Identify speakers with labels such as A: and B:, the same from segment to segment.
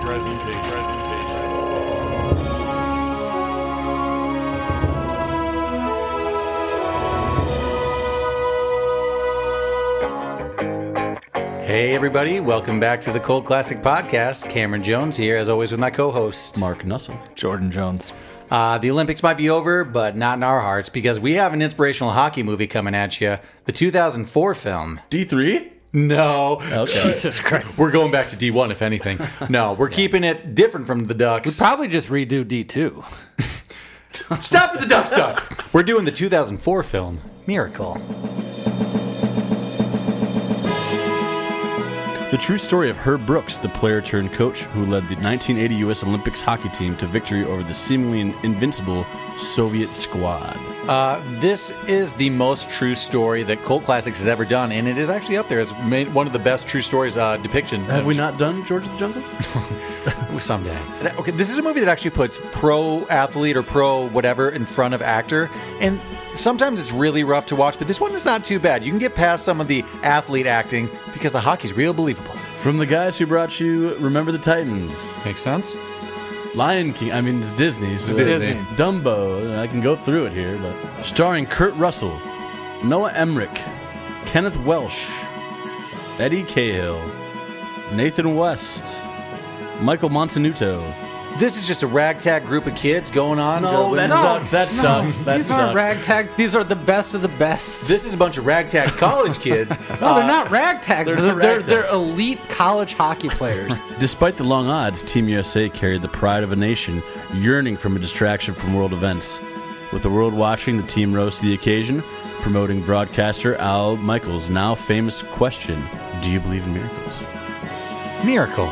A: presentation.
B: Hey, everybody, welcome back to the Cold Classic Podcast. Cameron Jones here, as always, with my co host.
C: Mark Nussel.
D: Jordan Jones.
B: Uh, the Olympics might be over, but not in our hearts because we have an inspirational hockey movie coming at you the 2004 film.
C: D3?
B: No.
C: Jesus
B: Christ. We're going back to D1, if anything. No, we're keeping it different from the Ducks.
D: Probably just redo D2.
B: Stop with the Ducks Duck. We're doing the 2004 film, Miracle.
C: The true story of Herb Brooks, the player turned coach who led the 1980 U.S. Olympics hockey team to victory over the seemingly invincible Soviet squad.
B: Uh, this is the most true story that Cold Classics has ever done, and it is actually up there as made one of the best true stories uh, depiction.
C: Have we not done George of the Jungle?
B: someday. uh, Okay, this is a movie that actually puts pro athlete or pro whatever in front of actor, and sometimes it's really rough to watch. But this one is not too bad. You can get past some of the athlete acting because the hockey's real believable.
C: From the guys who brought you Remember the Titans,
B: Makes sense.
C: Lion King, I mean, it's Disney. So
B: It's
D: Disney.
C: Dumbo, I can go through it here, but. Starring Kurt Russell, Noah Emmerich, Kenneth Welsh, Eddie Cahill, Nathan West, Michael Montenuto.
B: This is just a ragtag group of kids going on. to win-
C: Ducks, that's Ducks, that's
D: These aren't
C: Ducks.
D: ragtag. These are the best of the best.
B: This is a bunch of ragtag college kids. Uh,
D: no, they're not ragtag.
C: they're
D: They're,
C: not
D: they're,
C: ragtag.
D: they're elite college hockey players.
C: Despite the long odds, Team USA carried the pride of a nation yearning from a distraction from world events. With the world watching, the team rose to the occasion, promoting broadcaster Al Michaels' now famous question Do you believe in miracles?
B: Miracle.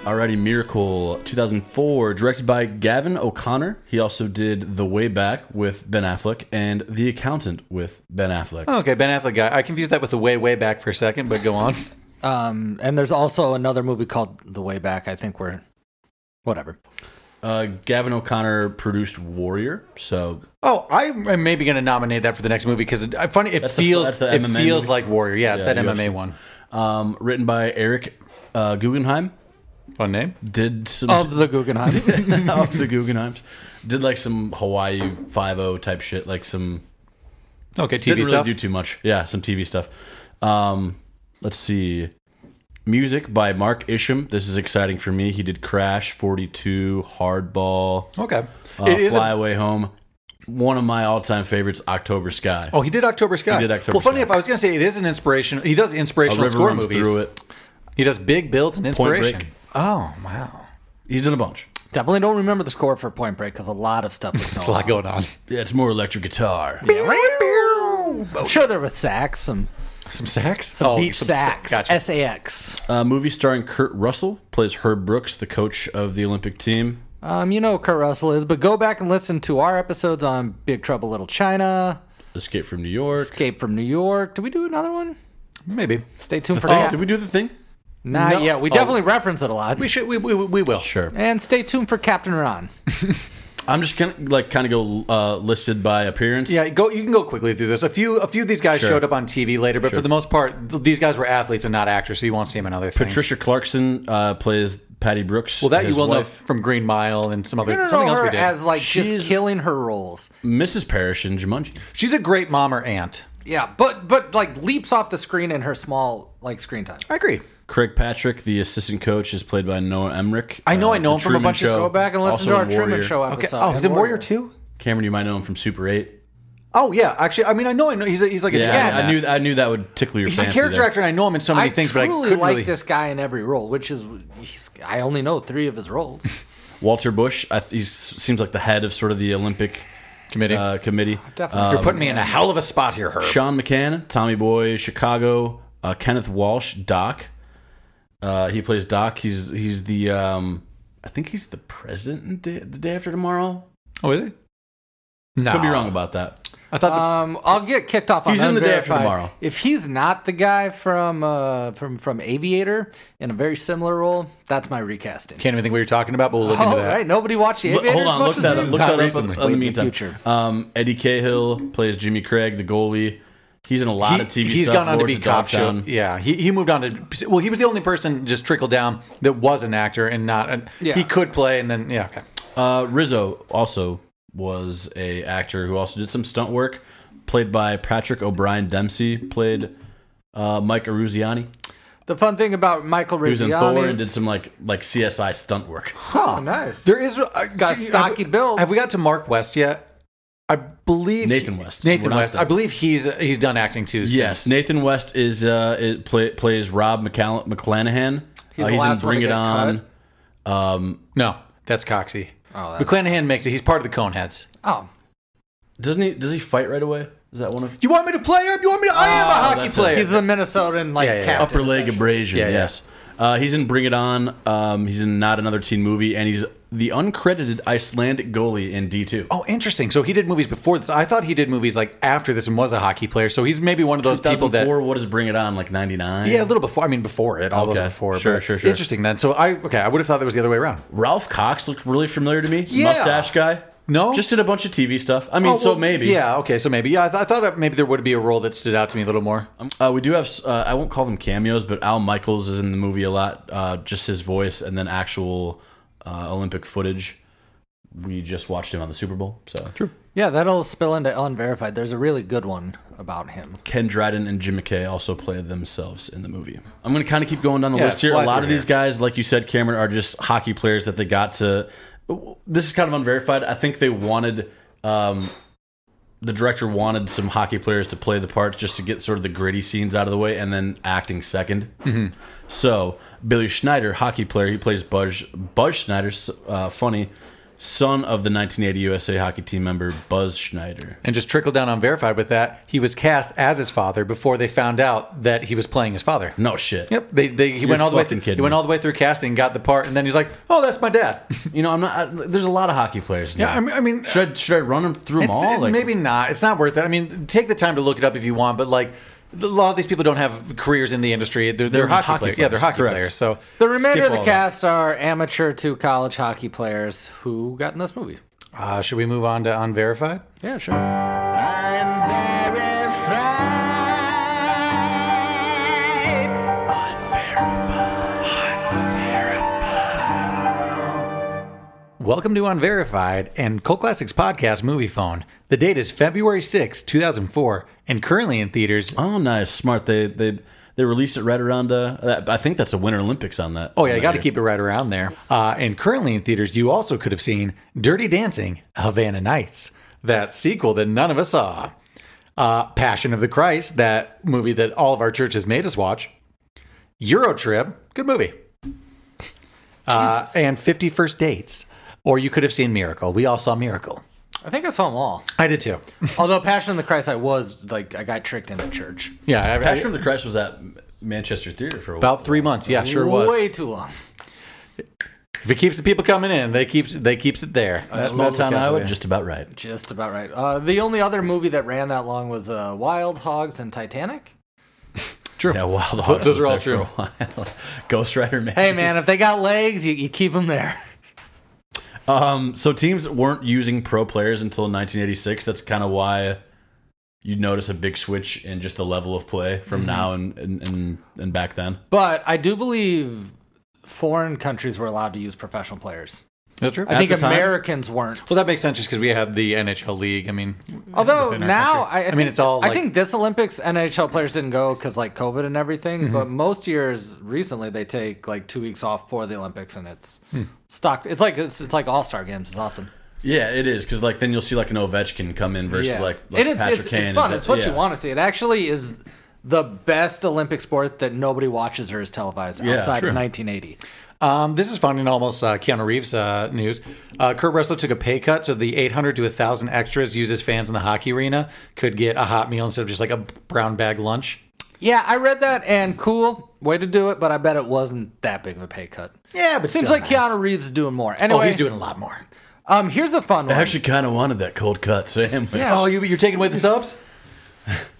C: Alrighty, Miracle 2004, directed by Gavin O'Connor. He also did The Way Back with Ben Affleck and The Accountant with Ben Affleck.
B: Okay, Ben Affleck guy. I confused that with the way way back for a second, but go on.
D: um, and there's also another movie called The Way Back. I think we're whatever.
C: Uh, Gavin O'Connor produced Warrior, so
B: Oh, I am maybe going to nominate that for the next movie because it, funny it
C: That's the-
B: feels
C: that's the
B: it
C: MMA
B: feels
C: movie.
B: like Warrior. Yeah, it's
C: Yeah,
B: that MMA
C: UFC.
B: one.
C: um, written by Eric uh, Guggenheim.
B: Fun name.
C: Did some
D: Of the Guggenheim.
C: of the Guggenheims. Did like some Hawaii Five O type shit, like some
B: Okay, TV
C: didn't really
B: stuff.
C: do too much. Yeah, some TV stuff. Um, let's see. Music by Mark Isham. This is exciting for me. He did Crash, Forty Two, Hardball,
B: okay,
C: uh,
B: Oh. it is. a-
C: Fly Away Home. One of my all-time favorites, October Sky.
B: oh, he did October Sky.
C: He did October
B: well, funny
C: Sky.
B: enough, I was going to say it is an inspiration. He does
C: A
B: inspirational
C: river
B: score
C: runs
B: movies.
C: through it.
B: He does big builds and
C: Break.
B: inspiration. Oh wow,
C: He's done a bunch.
D: Definitely don't remember the score for Point Break because a lot of stuff was going
B: a lot going on.
C: Yeah, it's more electric guitar.
D: on. I'm sure there was sax, some
B: Some sacks.
D: some beach
B: Oh, some
D: sax,
B: Gotcha.
D: sax.
C: A movie starring Kurt Russell plays Herb Brooks, the coach of the Olympic team.
D: Um, you know who Kurt Russell is, but go back and listen to our episodes on Big Trouble Little China,
C: Escape from New York.
D: Escape from New York. Did we do another one?
B: Maybe
D: Stay tuned for
C: Oh,
D: that.
C: did we do the thing?
D: Not
B: No.
D: yet. We
B: Oh.
D: definitely reference it a lot.
B: we should. We we, we will.
C: Sure.
D: And stay tuned for Captain Ron.
C: I'm just gonna like kind of go uh, listed by appearance.
B: Yeah, go. You can go quickly through this. A few, a few of these guys
C: Sure.
B: showed up on TV later, but for the most part, th- these guys were athletes and not actors, so you won't see them in other things.
C: Patricia Clarkson uh, plays Patty Brooks.
B: Well, that
C: his
B: you will
C: wife.
B: know from Green Mile and some other
D: You
B: something
D: know
B: else
D: her
B: we did.
D: as like
C: She's-
D: just killing her roles.
C: Mrs. Parrish in Jumanji.
B: She's a great mom or aunt.
D: Yeah, but but like leaps off the screen in her small like screen time.
B: I agree.
C: Craig Patrick, the assistant coach, is played by Noah Emmerich. Uh,
B: I know I know
C: The
B: him from a
C: Truman
B: bunch of-
C: Show,
D: Go back and listen
C: also
D: to our
C: in
D: Truman
C: Warrior.
D: Show
B: Okay.
D: episode.
B: Oh, he's in
D: And
B: Warrior too.
C: Cameron, you might know him from Super Eight.
B: Oh yeah, actually, I mean, I know, I know. He's a, he's like a
C: Yeah,
B: giant.
C: I, I knew I knew that would tickle your
B: he's a
C: fancy.
B: character
C: there.
B: actor, and I know him in so
D: I
B: many things, but I
D: truly
B: couldn't
D: like
B: really.
D: this guy in every role, which is he's, I only know three of his roles.
C: Walter Bush. I, he seems like the head of sort of the Olympic
B: committee.
C: uh, committee.
D: Definitely.
B: You're putting me in a hell of a spot here, Herb.
C: Sean McCann, Tommy Boy, Chicago, uh, Kenneth Walsh, Doc. Uh, he plays Doc. He's he's the um, I think he's the president in day, the day after tomorrow.
B: Oh, is he? No,
C: Could be wrong about that.
B: I thought. The,
D: Um, I'll get kicked off. on
C: He's in the day after
D: Unverified.
C: tomorrow.
D: If he's not the guy from uh, from from Aviator in a very similar role, that's my recasting.
B: can't even think what you're talking about, but we'll look
D: All
B: into that.
D: Oh, right, nobody watched the
C: Look-
D: Aviator.
C: hold
D: as
C: on,
D: much
C: look
D: as
C: that
D: me.
C: up. Look
B: Not
C: that up in,
B: recently.
C: in the
D: Wait, the
C: meantime.
D: future.
C: um, Eddie Cahill plays Jimmy Craig, the goalie. He's in a lot of TV
B: He's
C: stuff.
B: gone on to
C: Lords
B: be
C: of
B: cop show.
C: Dogtown.
B: Yeah, he, he moved on to well, he was the only person just trickle down that was an actor and not an,
D: Yeah.
B: he could play and then yeah. Okay.
C: Uh, Rizzo also was a actor who also did some stunt work, played by Patrick O'Brien Dempsey, played uh, Mike Aruziani.
D: The fun thing about Michael
C: He was in Thor and
D: Rizziani.
C: did some like like CSI stunt work.
D: Oh, nice.
B: There is uh,
D: Got a
B: have-
D: stocky build.
B: Have we got to Mark West yet? I believe
C: Nathan West. We're
B: Nathan
C: not
B: West.
C: done.
B: I believe he's uh, he's done acting too.
C: Yes,
B: since.
C: Nathan West is uh, it play, plays Rob McCall- McClanahan.
D: He's
C: Uh,
D: the last one to get
C: Um,
B: No, that's Coxey.
D: Oh, that's-
B: McClanahan makes it. He's part of the Coneheads.
D: Oh,
C: doesn't he? Does he fight right away? Is that one of
B: You want me to play up? You want me to? I am
C: Oh,
B: a hockey
C: that's it.
B: player.
D: he's the Minnesotan like
B: Yeah, yeah, yeah.
D: captain.
C: upper leg
D: essentially.
C: abrasion?
B: Yeah, yeah.
C: yes. Uh, he's in Bring It On. Um, he's in Not Another Teen Movie, and he's the uncredited Icelandic goalie in D two.
B: Oh, interesting. So he did movies before this. I thought he did movies like after this and was a hockey player. So he's maybe one of those people that.
C: what is Bring It On like ninety nine?
B: Yeah, a little before. I mean, before it. All
C: Okay.
B: those before.
C: Sure,
B: but
C: sure, sure.
B: Interesting then. So I okay. I would have thought that was the other way around.
C: Ralph Cox looked really familiar to me.
B: Yeah.
C: Mustache guy.
B: No?
C: just did a bunch of TV stuff. I mean,
B: Oh,
C: so
B: well,
C: maybe.
B: Yeah. Okay. So maybe. Yeah. I, th- I thought uh, maybe there would be a role that stood out to me a little more.
C: Uh, we do have, uh, I won't call them cameos, but Al Michaels is in the movie a lot. Uh, just his voice and then actual uh, Olympic footage. We just watched him on the Super Bowl. So True.
D: Yeah, that'll spill into unverified. There's a really good one about him.
C: Ken Dryden and Jim McKay also play themselves in the movie. I'm going to kind of keep going down the
B: Yeah,
C: list here.
B: fly
C: A lot
B: through
C: of these
B: here.
C: guys, like you said, Cameron, are just hockey players that they got to. This is kind of unverified. I think they wanted. Um, the director wanted some hockey players to play the parts just to get sort of the gritty scenes out of the way and then acting 2nd
B: Mm-hmm.
C: So, Billy Schneider, hockey player, he plays Buzz, Buzz Schneider, uh, funny, son of the 1980 USA hockey team member Buzz Schneider.
B: And just trickle down unverified with that. He was cast as his father before they found out that he was playing his father.
C: No shit.
B: Yep. They, they he went all the way
C: fucking
B: through,
C: kidding
B: he went
C: me.
B: all the way through casting, got the part, and then he's like, "Oh, that's my dad."
C: You know, I'm not. I, there's a lot of hockey players. Now.
B: yeah. I mean, I mean
C: should I, should I run them through them
B: It's-
C: all?
B: it-
C: Like,
B: maybe not. It's not worth it. I mean, take the time to look it up if you want, but like a lot of these people don't have careers in the industry. They're, they're,
C: They're just
B: hockey,
C: hockey
B: players. Yeah, they're
C: players.
B: hockey
C: Correct.
B: players. So
D: The remainder of
C: all
D: the
C: that.
D: cast are amateur to college hockey players who got in this movie.
B: uh, should we move on to unverified?
D: Yeah, sure.
B: Welcome to Unverified and Cult Classics podcast movie phone. The date is February sixth, two 2004, and currently in theaters.
C: Oh, nice, smart. They they they released it right around. Uh, that- I think that's the Winter Olympics on that.
B: Oh yeah, you
C: on
B: got to
C: that
B: keep it right around there. Uh, and currently in theaters, you also could have seen Dirty Dancing, Havana Nights, that sequel that none of us saw. Uh, Passion of the Christ, that movie that all of our churches made us watch. Eurotrip, good movie. Uh, and 51st Dates. Or you could have seen Miracle. We all saw Miracle.
D: I think I saw them all.
B: I did too.
D: Although Passion of the Christ, I was like, I got tricked into church.
B: Yeah, I, I-
C: Passion of the Christ was at Manchester Theater for a while.
B: about three months. Yeah, sure was.
D: Way too long.
B: If it keeps the people coming in, they keeps they keeps it there. That-
C: Small
B: that's
C: town
B: how
C: Iowa,
B: it-
C: just about right.
D: Just about right. Uh, the only other movie that ran that long was uh, Wild Hogs and Titanic.
B: true.
C: Yeah, wow. The Hawks
B: those
C: was
B: are all
C: there for a while. Ghost Rider, man.
D: Hey, man, if they got legs, you, you keep them there.
C: Um, so teams weren't using pro players until 1986. That's kind of why you notice a big switch in just the level of play
B: Mm-hmm.
C: from now and, and and and back then.
D: But I do believe foreign countries were allowed to use professional players.
B: That's true.
D: I
C: the
D: think
C: time?
D: Americans weren't.
B: Well, that makes sense just because we have the NHL league. I mean,
D: Although
B: within our
D: now,
B: country.
D: I, I,
B: mean,
D: think-
B: it's all. Like,
D: I think this Olympics NHL players didn't go because like COVID and everything. But most years recently, they take like two weeks off for the Olympics, and it's stocked. It's like it's, it's like All Star games. It's awesome.
C: Yeah, it is because like then you'll see like an Ovechkin come in versus like, like
D: And it's,
C: Patrick
D: it's,
C: Kane.
D: it's
C: and
D: fun.
C: that-
D: It's what
C: yeah.
D: you want to see. It actually is the best Olympic sport that nobody watches or is televised
C: Yeah,
D: outside
C: true.
D: of 1980.
B: um, this is fun in almost uh, Keanu Reeves uh, news. Uh, Kurt Russell took a pay cut, so the 800 to 1,000 extras used as fans in the hockey arena could get a hot meal instead of just like a brown bag lunch.
D: Yeah, I read that and cool way to do it, but I bet it wasn't that big of a pay cut.
B: Yeah, but
D: Seems
B: still
D: like
B: nice.
D: Keanu Reeves is doing more.
B: Oh,
D: Anyway,
B: he's doing a lot more.
D: Um, here's a fun one.
C: I actually kind of wanted that cold cut, Sam.
B: Oh, you, you're taking away the subs?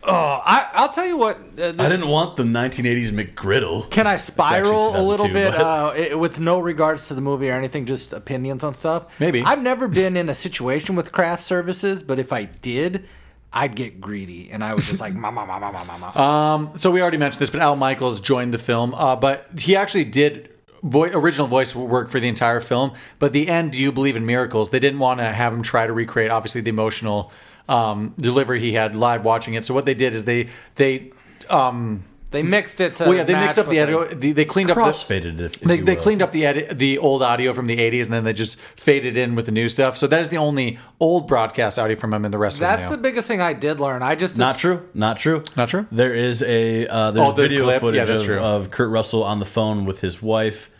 D: I, I'll tell you what. Uh,
C: I didn't want the 1980s McGriddle.
D: Can I spiral a
C: actually
D: little
C: 2002,
D: bit
C: but-
D: uh, i with no regards to the movie or anything, just opinions on stuff?
B: Maybe.
D: I've never been in a situation with craft services, but if I did, I'd get greedy and I was just like, ma, ma, ma, ma, ma, ma, ma.
B: Uh, So we already mentioned this, but Al Michaels joined the film, uh, but he actually did vo- original voice work for the entire film. But the end, Do You Believe in Miracles? They didn't want to have him try to recreate, obviously, the emotional um, delivery he had live watching it. So what they did is they they um,
D: they mixed it to.
B: well yeah they mixed up the audio, they, they cleaned up the,
C: Crossfaded. If, if
B: they,
C: you
B: they
C: will.
B: cleaned up the edit, the old audio from the 80s and then they just faded in with the new stuff. So that is the only old broadcast audio from him and the rest
D: That's
B: was
D: the
B: new.
D: biggest thing I did learn. I just
C: Not true. Not true.
B: Not true?
C: There is a uh, there's
B: Oh, the
C: video
B: clip? Yeah,
C: footage
B: that's
C: of,
B: true.
C: of Kurt Russell on the phone with his wife.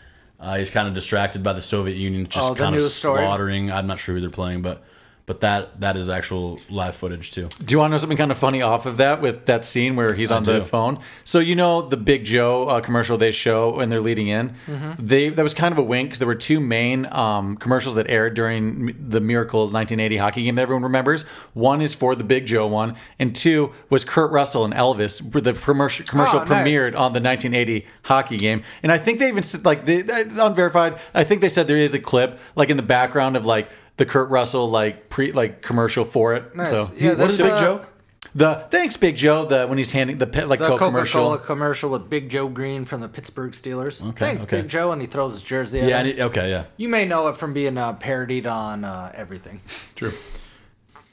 C: Uh, he's kind of distracted by the Soviet Union just
D: Oh, the
C: kind of
D: news story.
C: slaughtering. I'm not sure who they're playing, but but that that is actual live footage too.
B: Do you want to know something kind of funny off of that with that scene where he's on the
C: do.
B: phone? So you know the Big Joe uh, commercial they show when they're leading in.
D: Mm-hmm.
B: They that was kind of a wink because there were two main um, commercials that aired during M- the Miracle 1980 hockey game that everyone remembers. One is for the Big Joe one, and two was Kurt Russell and Elvis. where The commercial commercial
D: Oh, nice.
B: premiered on the 1980 hockey game, and I think they even said like they, they- unverified. I think they said there is a clip like in the background of like. The Kurt Russell like pre like commercial for it.
D: Nice.
B: So
D: Yeah, uh,
C: What is
D: There's
C: Big
D: a-
C: Joe?
B: the thanks, Big Joe. The when he's handing the pit like
D: the
B: Coke
D: Coca Cola
B: commercial.
D: commercial with Big Joe Green from the Pittsburgh Steelers.
C: Okay,
D: Thanks,
C: okay.
D: Big Joe, and he throws his jersey. At
C: Yeah. I
D: him.
C: need- okay. Yeah.
D: you may know it from being uh, parodied on uh, everything.
B: True.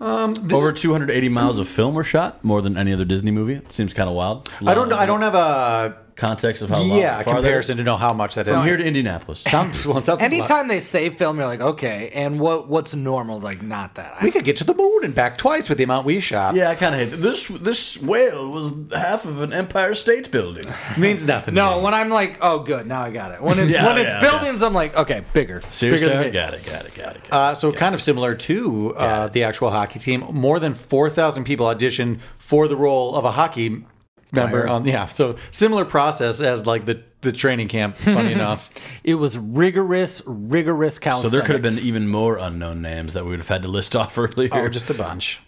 C: Over 280 miles of film were shot, more than any other Disney movie. It seems kind of wild.
B: I don't. I don't have a
C: context of how long-
B: yeah
C: far that
B: comparison
C: is.
B: to know how much that is.
C: from here to Indianapolis.
B: Sounds- well, it sounds a lot.
D: Anytime they say film, you're like, okay, and what what's normal? Like, not that. I,
B: we could get to the moon and back twice with the amount we shot.
C: Yeah, I kind of hate that. This this whale was half of an Empire State Building.
B: means nothing. to
D: no,
B: me.
D: when I'm like, oh, good, now I got it. When it's
C: Yeah,
D: when it's
C: yeah,
D: buildings, I'm like, okay, bigger. It's bigger
C: Seriously,
D: than
C: got
D: me.
C: it, got it, got it, got it.
B: Uh, so kind of similar to uh, the actual hockey team. More than four thousand people auditioned for the role of a hockey member. On yeah, so similar process as like the the training camp. Funny enough.
D: It was rigorous, rigorous
C: so
B: Uh,
D: calisthenics.
C: there could have been even more unknown names that we would have had to list off earlier.
B: Oh, just a bunch.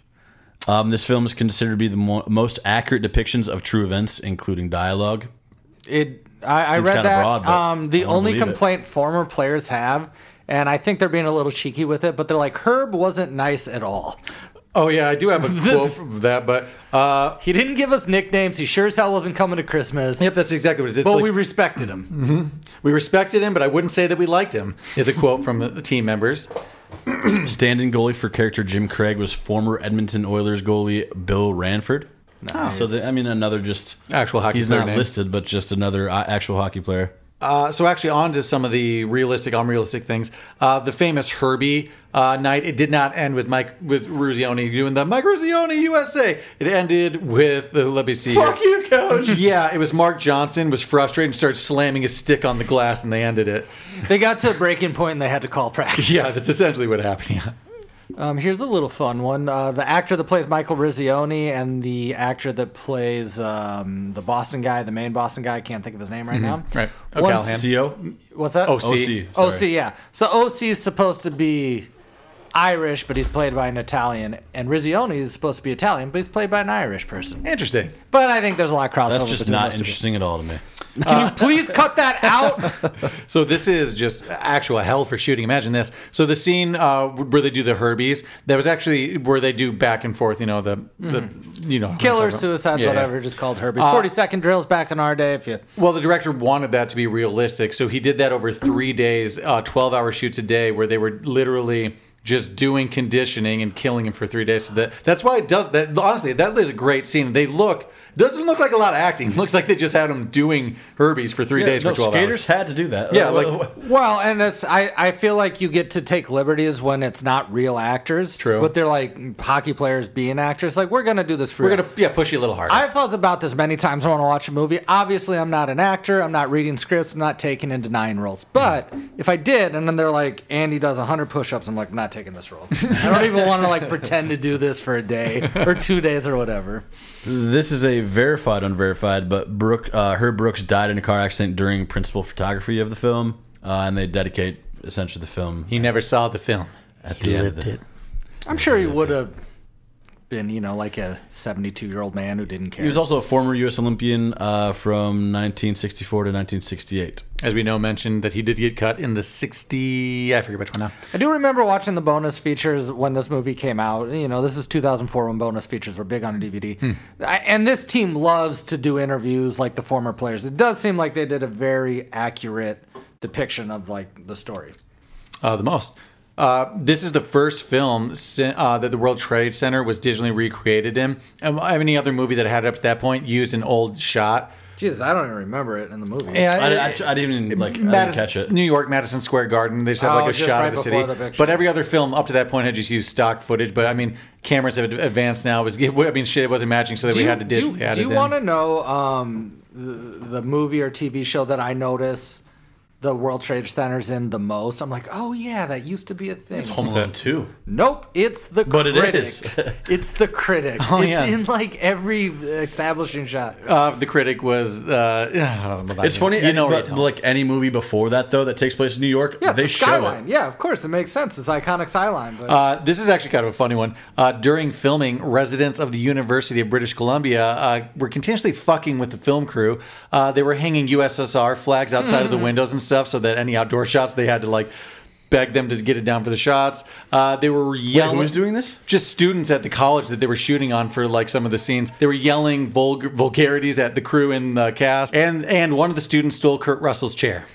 C: um, this film is considered to be the mo- most accurate depictions of true events, including dialogue.
D: It. I, I
C: Seems
D: read
C: kinda
D: that.
C: broad, but
D: um,
C: I
D: the
C: wanna
D: only
C: believe it.
D: complaint former players have, and I think they're being a little cheeky with it, but they're like, Herb wasn't nice at all.
B: Oh yeah, I do have a quote from that, but uh,
D: He didn't give us nicknames. He sure as hell wasn't coming to Christmas.
B: yep, that's exactly what it is. It's
D: But
B: like-
D: we respected him.
B: We respected him, but I wouldn't say that we liked him, is a quote from the team members.
C: Stand-in goalie for character Jim Craig was former Edmonton Oilers goalie Bill Ranford. So the, I mean, another just
B: Actual hockey
C: He's
B: player
C: not
B: name.
C: listed, but just another uh, actual hockey player.
B: Uh, so, actually, on to some of the realistic, unrealistic things. Uh, the famous Herbie uh, night, it did not end with Mike, with Ruzioni doing the Mike Ruzioni USA. It ended with, uh, let me see. here.
C: you, coach.
B: Yeah, it was Mark Johnson was frustrated and started slamming his stick on the glass, and they ended it.
D: They got to a breaking point and they had to call practice.
B: Yeah, that's essentially what happened. Yeah.
D: Um, here's a little fun one. Uh, the actor that plays Michael Rizzioni and the actor that plays um, the Boston guy, the main Boston guy, I can't think of his name right now.
B: Right.
D: Once-
B: O'Callahan.
C: Co.
D: What's that?
B: OC.
C: OC.
D: OC,
C: sorry.
D: yeah. So OC is supposed to be Irish, but he's played by an Italian, and Rizzioni is supposed to be Italian, but he's played by an Irish person.
B: Interesting.
D: But I think there's a lot of crossover.
C: That's just
D: between
C: not
D: those two people.
C: interesting at all to me.
D: Can you please cut that out?
B: So this is just actual hell for shooting. Imagine this. So the scene uh, where they do the Herbies, that was actually where they do back and forth. You know the the you know
D: Mm-hmm. Killer suicides,
B: Yeah, yeah.
D: whatever, just called Herbie's.
C: Uh,
D: Forty second drills back in our day. If you
B: Well, the director wanted that to be realistic, so he did that over three days, uh, twelve hour shoots a day, where they were literally just doing conditioning and killing him for three days. So that that's why it does that. Honestly, that is a great scene. They look. Doesn't look like a lot of acting. Looks like they just had him doing Herbies for three days
C: no,
B: for twelve
C: skaters
B: hours.
C: had to do that.
B: Yeah, like
D: well, and it's I I feel like you get to take liberties when it's not real actors.
B: True.
D: but they're like hockey players being actors. Like we're gonna do this for
B: we're
D: real.
B: gonna yeah push you a little harder.
D: I've thought about this many times when I want to watch a movie. Obviously, I'm not an actor. I'm not reading scripts. I'm not taking and denying roles. But if I did, and then they're like, Andy does 100 push ups, I'm like, I'm not taking this role. I don't even want to like pretend to do this for a day or two days or whatever.
C: This is a verified, unverified, but Brooke, uh, Herb Brooks died in a car accident during principal photography of the film, uh, and they dedicate essentially the film
B: he never saw the film.
C: at the end of the,
D: I'm sure he would have. been, you know, like a 72 year old man who didn't care.
C: He was also a former U.S. Olympian uh, from 1964 to 1968.
B: As we know, mentioned that he did get cut in the 60. I forget which one now.
D: I do remember watching the bonus features when this movie came out. You know, this is 2004 when bonus features were big on DVD.
B: Hmm.
D: I, and this team loves to do interviews like the former players. It does seem like they did a very accurate depiction of like the story.
B: uh, the most. Uh, this is the first film si- uh, that the World Trade Center was digitally recreated in. And any other movie that had it up to that point used an old shot.
D: Jesus, I don't even remember it in the movie.
B: Yeah,
C: I, I, I didn't even like I didn't
B: Madison-
C: catch it.
B: New York Madison Square Garden. They just had
D: Oh,
B: like a
D: just
B: shot
D: right
B: of the
D: before
B: city.
D: the picture.
B: but every other film up to that point had just used stock footage. But I mean, cameras have advanced now. It was it- I mean, shit, it wasn't matching, so that we
D: you-
B: had to digitally
D: do,
B: add
D: do
B: it
D: you
B: in.
D: want to know um, the, the movie or TV show that I notice the World Trade Center's in the most? I'm like, oh yeah, that used to be a thing.
C: Home Alone two.
D: Nope, it's the
C: But it
D: critics.
C: is.
D: it's the critics.
B: Oh,
D: it's
B: yeah.
D: in like every establishing shot.
C: Oh,
B: uh, the critic was. Uh, yeah, I don't know about
C: It's
B: you.
C: funny,
B: you know,
C: but,
B: right?
C: like any movie before that though that takes place in New York,
D: Yeah, it's
C: they
D: the
C: show
D: skyline.
C: it.
D: Yeah, of course, it makes sense. It's iconic skyline. But
B: Uh, this is actually kind of a funny one. Uh, during filming, residents of the University of British Columbia uh, were continuously fucking with the film crew. Uh, they were hanging USSR flags outside of the
C: Hmm.
B: windows and stuff, so that any outdoor shots they had to like beg them to get it down for the shots. Uh, they were yelling.
C: who was doing this?
B: Just students at the college that they were shooting on for like some of the scenes. They were yelling vulgar vulgarities at the crew and the cast, and and one of the students stole Kurt Russell's chair.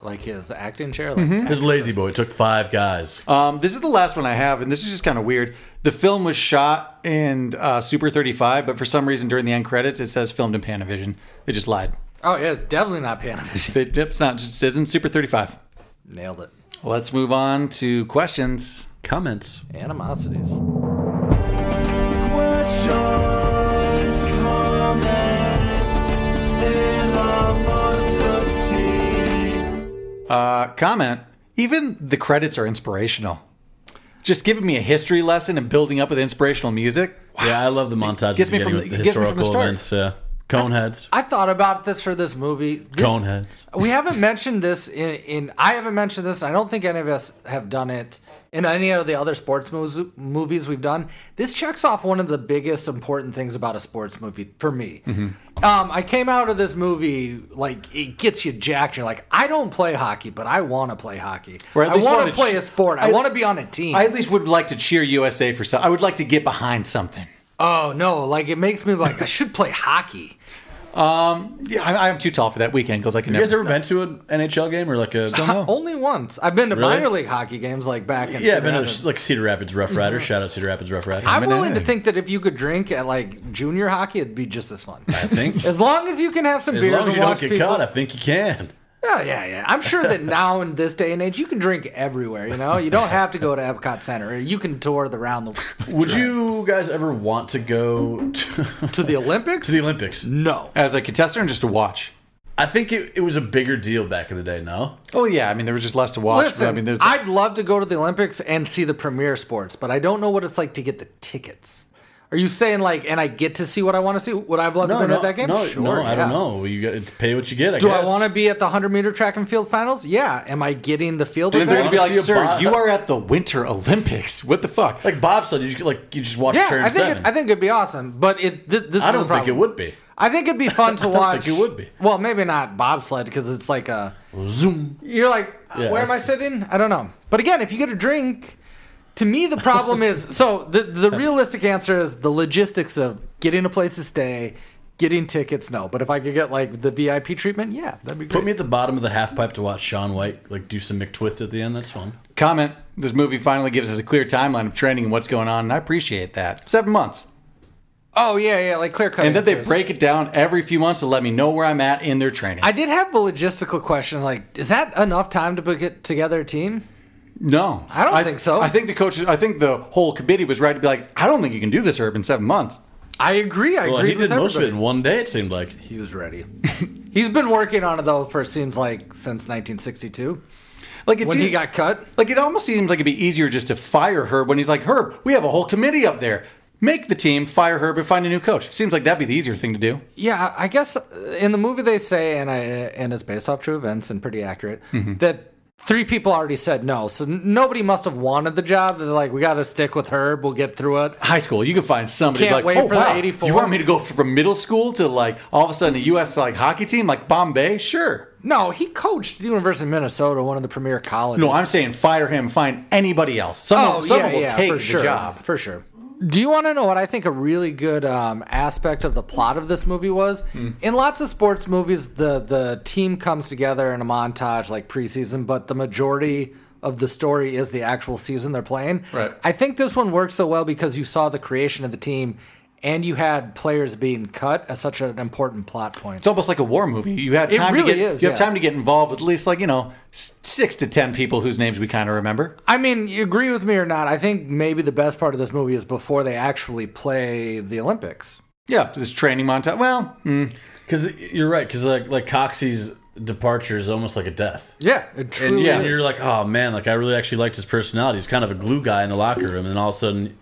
D: like his acting chair. Like,
C: His lazy boy took five guys.
B: Um, this is the last one I have, and this is just kind of weird. The film was shot in uh, Super 35, but for some reason during the end credits, it says filmed in Panavision. They just lied.
D: Oh yeah, it's definitely not Panavision.
B: They, it's not. It's in Super 35.
D: Nailed it.
B: Let's move on to questions.
C: Comments.
D: Animosities.
B: Uh, comment. Even the credits are inspirational. Just giving me a history lesson and building up with inspirational music.
C: Yeah, I love the montage.
B: Gets
C: Gets
B: me
C: me
B: from
C: with
B: the-
C: the
B: gets me from the
C: historical
B: start.
C: events. Yeah, Coneheads.
D: I thought about this for this movie. This,
C: Coneheads.
D: We haven't mentioned this in, in. I haven't mentioned this. and I don't think any of us have done it in any of the other sports movies, movies we've done. This checks off one of the biggest important things about a sports movie for me. Um, I came out of this movie like it gets you jacked. You're like, I don't play hockey, but I want to play hockey.
B: Or at
D: I
B: least
D: want
B: wanna
D: to play
B: ch-
D: a sport. I,
B: I-
D: want to be on a team.
B: I at least would like to cheer USA for some. I would like to get behind something.
D: oh no! Like it makes me like I should play hockey.
B: Yeah, I, I'm too tall for that weekend because I can
C: You guys
B: never.
C: ever been to an NHL game or like a?
D: Only once I've been to
C: Oh. Really?
D: minor league hockey games like back. In
C: Yeah, I've been
D: Savannah.
C: to like Cedar Rapids Rough Riders. Shout out Cedar Rapids Rough Riders.
D: I'm
B: Lemonade.
D: willing to think that if you could drink at like junior hockey, it'd be just as fun.
C: I think as
D: As long as you can have some beers
C: long as you
D: and
C: don't
D: watch
C: get
D: people.
C: caught, I think you can.
D: Yeah, yeah, yeah. I'm sure that now in this day and age, you can drink everywhere. You know, you don't have to go to Epcot Center. You can tour the round the,
C: Would you guys ever want to go to,
D: to the Olympics.
C: to the Olympics?
D: no,
B: As a contestant, or just to watch.
C: I think it, it was a bigger deal back in the day. No,
B: Oh yeah, I mean there was just less to watch.
D: listen.
B: I mean, there's
D: I'd love to go to the Olympics and see the premier sports, but I don't know what it's like to get the tickets. Are you saying like, and I get to see what I want to see? Would I have loved to
C: no,
D: been
C: no,
D: at that game?
C: no, no, I don't
D: yeah.
C: know. You got to pay what you get. I
D: Do
C: guess.
D: I want to be at the 100 meter track and field finals? Yeah. Am I getting the field
B: and they're gonna
D: event?
B: be like,
C: See a
B: sir,
C: bot-
B: you are at the Winter Olympics. What the fuck?
C: like bobsled? You just, like you just watch
D: Yeah,
C: turn
D: I think
C: seven.
D: it, I think it'd be awesome, but it th- this
C: I
D: is
C: don't
D: the
C: think it
D: problem.
C: would be.
D: I think it'd be fun to watch.
C: think it would be.
D: Well, maybe not bobsled because it's like a zoom. You're like, uh,
C: Yeah,
D: where am I
C: that's-
D: sitting? I don't know. But again, if you get a drink, to me the problem is so the the realistic answer is the logistics of getting a place to stay, getting tickets. No, but if I could get like the VIP treatment, yeah, that'd be great.
C: Put me at the bottom of the half pipe to watch Sean White like do some McTwist at the end. That's fun.
B: Comment. This movie finally gives us a clear timeline of training and what's going on, and I appreciate that. Seven months.
D: oh yeah, yeah, like clear cut.
B: And then they
D: answers.
B: break it down every few months to let me know where I'm at in their training.
D: I did have a logistical question. Like, is that enough time to get together a team?
B: no,
D: I don't think so.
B: I think the coaches, I think the whole committee was right to be like, I don't think you can do this, Herb, in seven months.
D: I agree. I
C: Well,
D: agree
C: he did
D: with
C: most of it
D: everybody.
C: in one day. It seemed like
D: He was ready. He's been working on it though for seems like since 1962
B: Like it's
D: when he got cut.
B: Like it almost seems like it'd be easier just to fire Herb when he's like, Herb, we have a whole committee up there. Make the team, fire Herb, and find a new coach. Seems like that'd be the easier thing to do.
D: Yeah, I I guess uh, in the movie they say, and I and it's based off true events and pretty accurate that three people already said no. So n- nobody must have wanted the job. They're like, we got to stick with Herb. We'll get through it.
B: High school, you can find somebody
D: Can't
B: like,
D: wait
B: oh,
D: for the
B: wow,
D: 84.
B: you want me to go from middle school to like all of a sudden a U.S. like hockey team like Bombay? Sure.
D: No, he coached the University of Minnesota, one of the premier colleges.
B: No, I'm saying fire him. Find anybody else. Someone,
D: Oh,
B: someone
D: yeah,
B: will
D: yeah,
B: take
D: for
B: the
D: sure,
B: job.
D: for sure. Do you want to know what I think a really good um, aspect of the plot of this movie was?
B: Hmm.
D: In lots of sports movies, the the team comes together in a montage like preseason, but the majority of the story is the actual season they're playing.
B: Right.
D: I think this one works so well because you saw the creation of the team, and you had players being cut as such an important plot point.
B: It's almost like a war movie. You had
D: It
B: time
D: really
B: to get
D: is,
B: you have
D: yeah.
B: time to get involved with at least like you know s- six to ten people whose names we kind of remember.
D: I mean, you agree with me or not? I think maybe the best part of this movie is before they actually play the Olympics.
B: Yeah, this training montage. Well, mm,
C: Because you're right. Because like like Coxey's departure is almost like a death.
D: Yeah, it truly
B: yeah,
C: And you're like, oh man, like I really actually liked his personality. He's kind of a glue guy in the locker room, and then all of a sudden,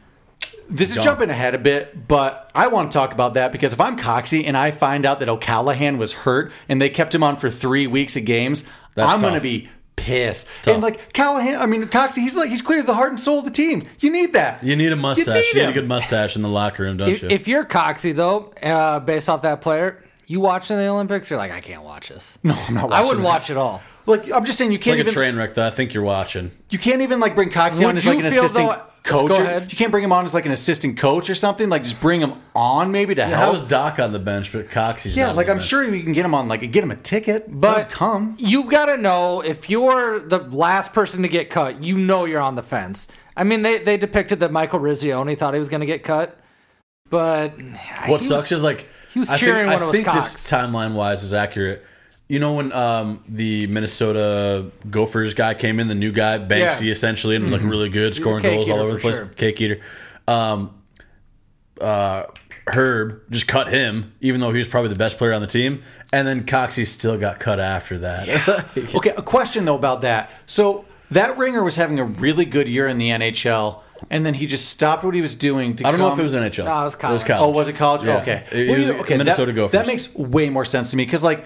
B: this is
C: Dumb.
B: jumping ahead a bit, but I want to talk about that because if I'm Coxey and I find out that O'Callahan was hurt and they kept him on for three weeks of games,
C: That's
B: I'm going to
C: tough.
B: be pissed.
C: tough.
B: And like Callahan, I mean Coxey, he's like he's clearly the heart and soul of the team. You need that.
C: you need a mustache. You need,
B: him.
C: a good mustache in the locker room, don't
D: If,
C: you?
D: if you're Coxey though, uh, based off that player, you watching the Olympics, you're like, I can't watch this.
B: No, I'm not.
D: I
B: Watching
D: wouldn't
B: that.
D: watch it all.
B: Like I'm just saying, you can't
C: like a
B: even
C: train wreck that I think you're watching.
B: you can't even like bring Coxey
D: Would
B: on as
D: you
B: like an
D: feel,
B: assistant
D: though-
B: coach.
D: Go
B: or-
D: ahead.
B: You can't bring him on as like an assistant coach or something. Like just bring him on maybe to
C: How
B: help.
C: is Doc on the bench, but Coxey's
B: yeah,
C: not
B: like
C: on the
B: I'm
C: bench?
B: sure we can get him on. Like get him a ticket,
D: But
B: but come.
D: You've got to know if you're the last person to get cut, you know you're on the fence. I mean, they, they depicted that Michael Rizzioni thought he was going to get cut, but
C: What
D: he was-
C: sucks is like
D: he was cheering when it was
C: I think
D: Cox.
C: this timeline wise is accurate. You know when um, the Minnesota Gophers guy came in, the new guy Banksy
D: Yeah. Mm-hmm.
C: essentially, and was like really good, scoring
D: cake
C: goals all
D: eater
C: over the
D: for
C: place,
D: sure.
C: cake eater. Um, uh, Herb just cut him, even though he was probably the best player on the team, and then Coxey still got cut after that.
B: Okay, a question though about that. So that ringer was having a really good year in the NHL, and then he just stopped what he was doing to.
C: I don't know if
B: come-
C: it was NHL.
D: No, it was college.
B: Oh, was it college?
C: Yeah.
B: Okay.
C: It,
B: Well,
C: was
B: yeah, okay,
C: Minnesota
B: that,
C: Gophers.
B: That makes way more sense to me because like,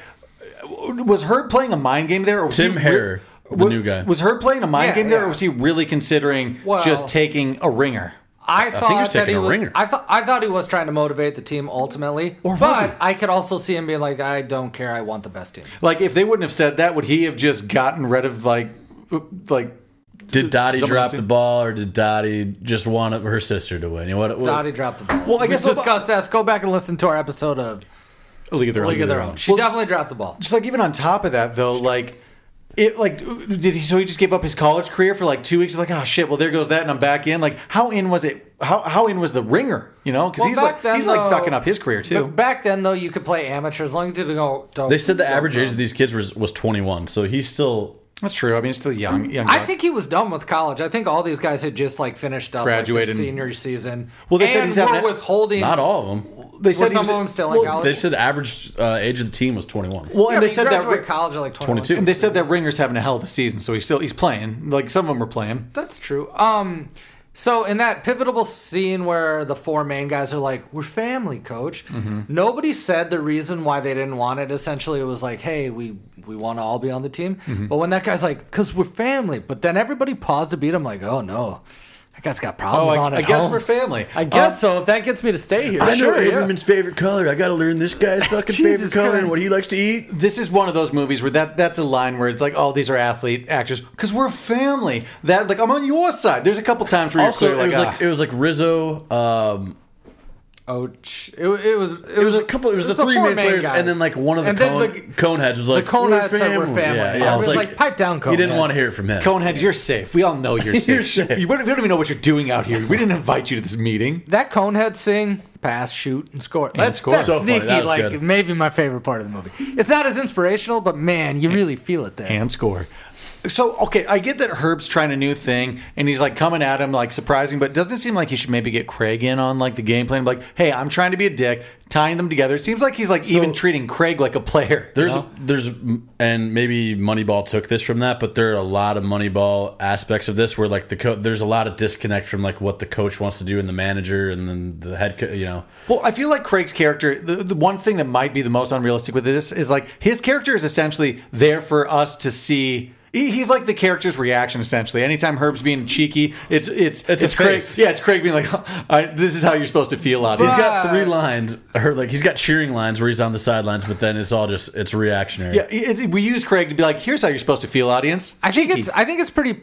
B: uh, was Herb playing a mind game there? Or was
C: Tim
B: he
C: Herr, the
B: wa-
C: new guy.
B: Was Herb playing a mind
D: Yeah,
B: game there,
D: yeah.
B: or was he really considering
D: Well-
B: just taking a ringer?
D: I
C: think
D: saw
C: he's
D: it that
C: taking
D: he
C: a
D: was,
C: ringer.
D: I thought I thought he was trying to motivate the team ultimately,
B: Or was
D: but
B: he?
D: I could also see him being like, I don't care, I want the best team.
B: Like, if they wouldn't have said that, would he have just gotten rid of like, uh, like?
C: Did Dottie
B: Someone
C: drop
B: else
C: the
B: in?
C: ball, or did Dottie just want her sister to win? You know what? what-
D: Dottie dropped the ball.
B: Well, I guess
D: we discussed this. Go back and listen to our episode of
B: A League of Their Own.
D: League of Their Own. She
B: Well,
D: definitely dropped the ball.
B: just like even on top of that though like it like did he so he just gave up his college career for like two weeks like oh shit well there goes that and i'm back in like how in was it how how in was the ringer you know because
D: Well,
B: he's
D: back
B: like
D: then,
B: he's like
D: though-
B: fucking up his career
D: But
B: too
D: back then, though, you could play amateur as long as you didn't go. Don't,
C: They said the
D: don't
C: average
D: go.
C: age of these kids was was 21, so he's still
B: that's true i mean it's still young young
D: I
B: guy.
D: think he was done with college. I think all these guys had just like finished up
B: Graduated.
D: like, their senior season.
B: Well, they said
D: and
B: he's having
D: were
B: a-
D: withholding.
C: not all of them.
B: they
D: some of them still in college?
C: They said average uh, age of the team was 21.
B: well
D: Yeah,
B: and
D: but
B: they
D: you
B: said that
D: graduate
B: Ri-
D: college at like 21.
C: 22.
B: and they said that ringer's having a hell of a season so he's still he's playing like some of them are playing
D: That's true. Um, so in that pivotal scene where the four main guys are like, "We're family, coach,"
C: Mm-hmm.
D: nobody said the reason why they didn't want it. Essentially, it was like, "Hey, we we want to all be on the team."
C: Mm-hmm.
D: But when that guy's like, "Cause we're family," but then everybody paused to beat him. Like, "Oh no, that guy's
C: Oh,
D: got problems
B: Oh, I,
D: on it."
B: I guess we're family Uh,
D: I guess so. If that gets me to stay here,
C: Um, I know
D: sure, yeah.
C: Everman's favorite color. I got to learn this guy's fucking favorite
D: Jesus
C: color and
D: Christ.
C: what he likes to eat.
B: this is one of those movies where that that's a line where it's like, oh, these are athlete actors because we're family. That like I'm on your side. There's a couple times where you're
C: Also,
B: clearly
C: it was
B: like, "Ah."
C: like uh, it was like Rizzo. Um,
D: Oh, sh- it, it was it,
C: it was a couple. It was, the three
D: four
C: main players,
D: guys.
C: and then like one of the,
D: And then
C: cone,
D: the-
C: coneheads was like
D: coneheads said we're family."
C: Yeah,
D: I
C: yeah. I was
D: was
C: like,
D: like, "Pipe down,
C: He didn't
D: conehead."
C: want to hear it from him.
B: Conehead, you're safe. We all know you're safe.
C: You're safe.
B: You- we don't we don't even know what you're doing out here. We didn't invite you to this meeting.
D: That Conehead sing, pass, shoot, and score. That's,
B: score.
D: that's
B: So
C: funny.
D: sneaky,
C: That was
D: like
C: good.
D: maybe my favorite part of the movie. It's not as inspirational, but man, you really feel it there.
B: And score. So okay, I get that Herb's trying a new thing and he's like coming at him like surprising, but doesn't it seem like he should maybe get Craig in on like the game plan? Like, hey, I'm trying to be a dick, tying them together. It seems like he's like even treating Craig like a player.
C: There's there's and maybe Moneyball took this from that, but there are a lot of Moneyball aspects of this where like the co- there's a lot of disconnect from like what the coach wants to do and the manager and then the head co- you know
B: Well, I feel like Craig's character, the, the one thing that might be the most unrealistic with this is like his character is essentially there for us to see He, he's like the character's reaction essentially. Anytime Herb's being cheeky, it's it's
C: It's a
B: Craig.
C: face.
B: Yeah, it's Craig being like, I, "This is how you're supposed to feel out."
C: He's
B: He's got
C: got three lines, or like he's got cheering lines where he's on the sidelines, but then it's all just it's reactionary.
B: yeah. It, it- we use Craig to be like, "Here's how you're supposed to feel, audience."
D: I think
B: Cheeky.
D: it's I think it's pretty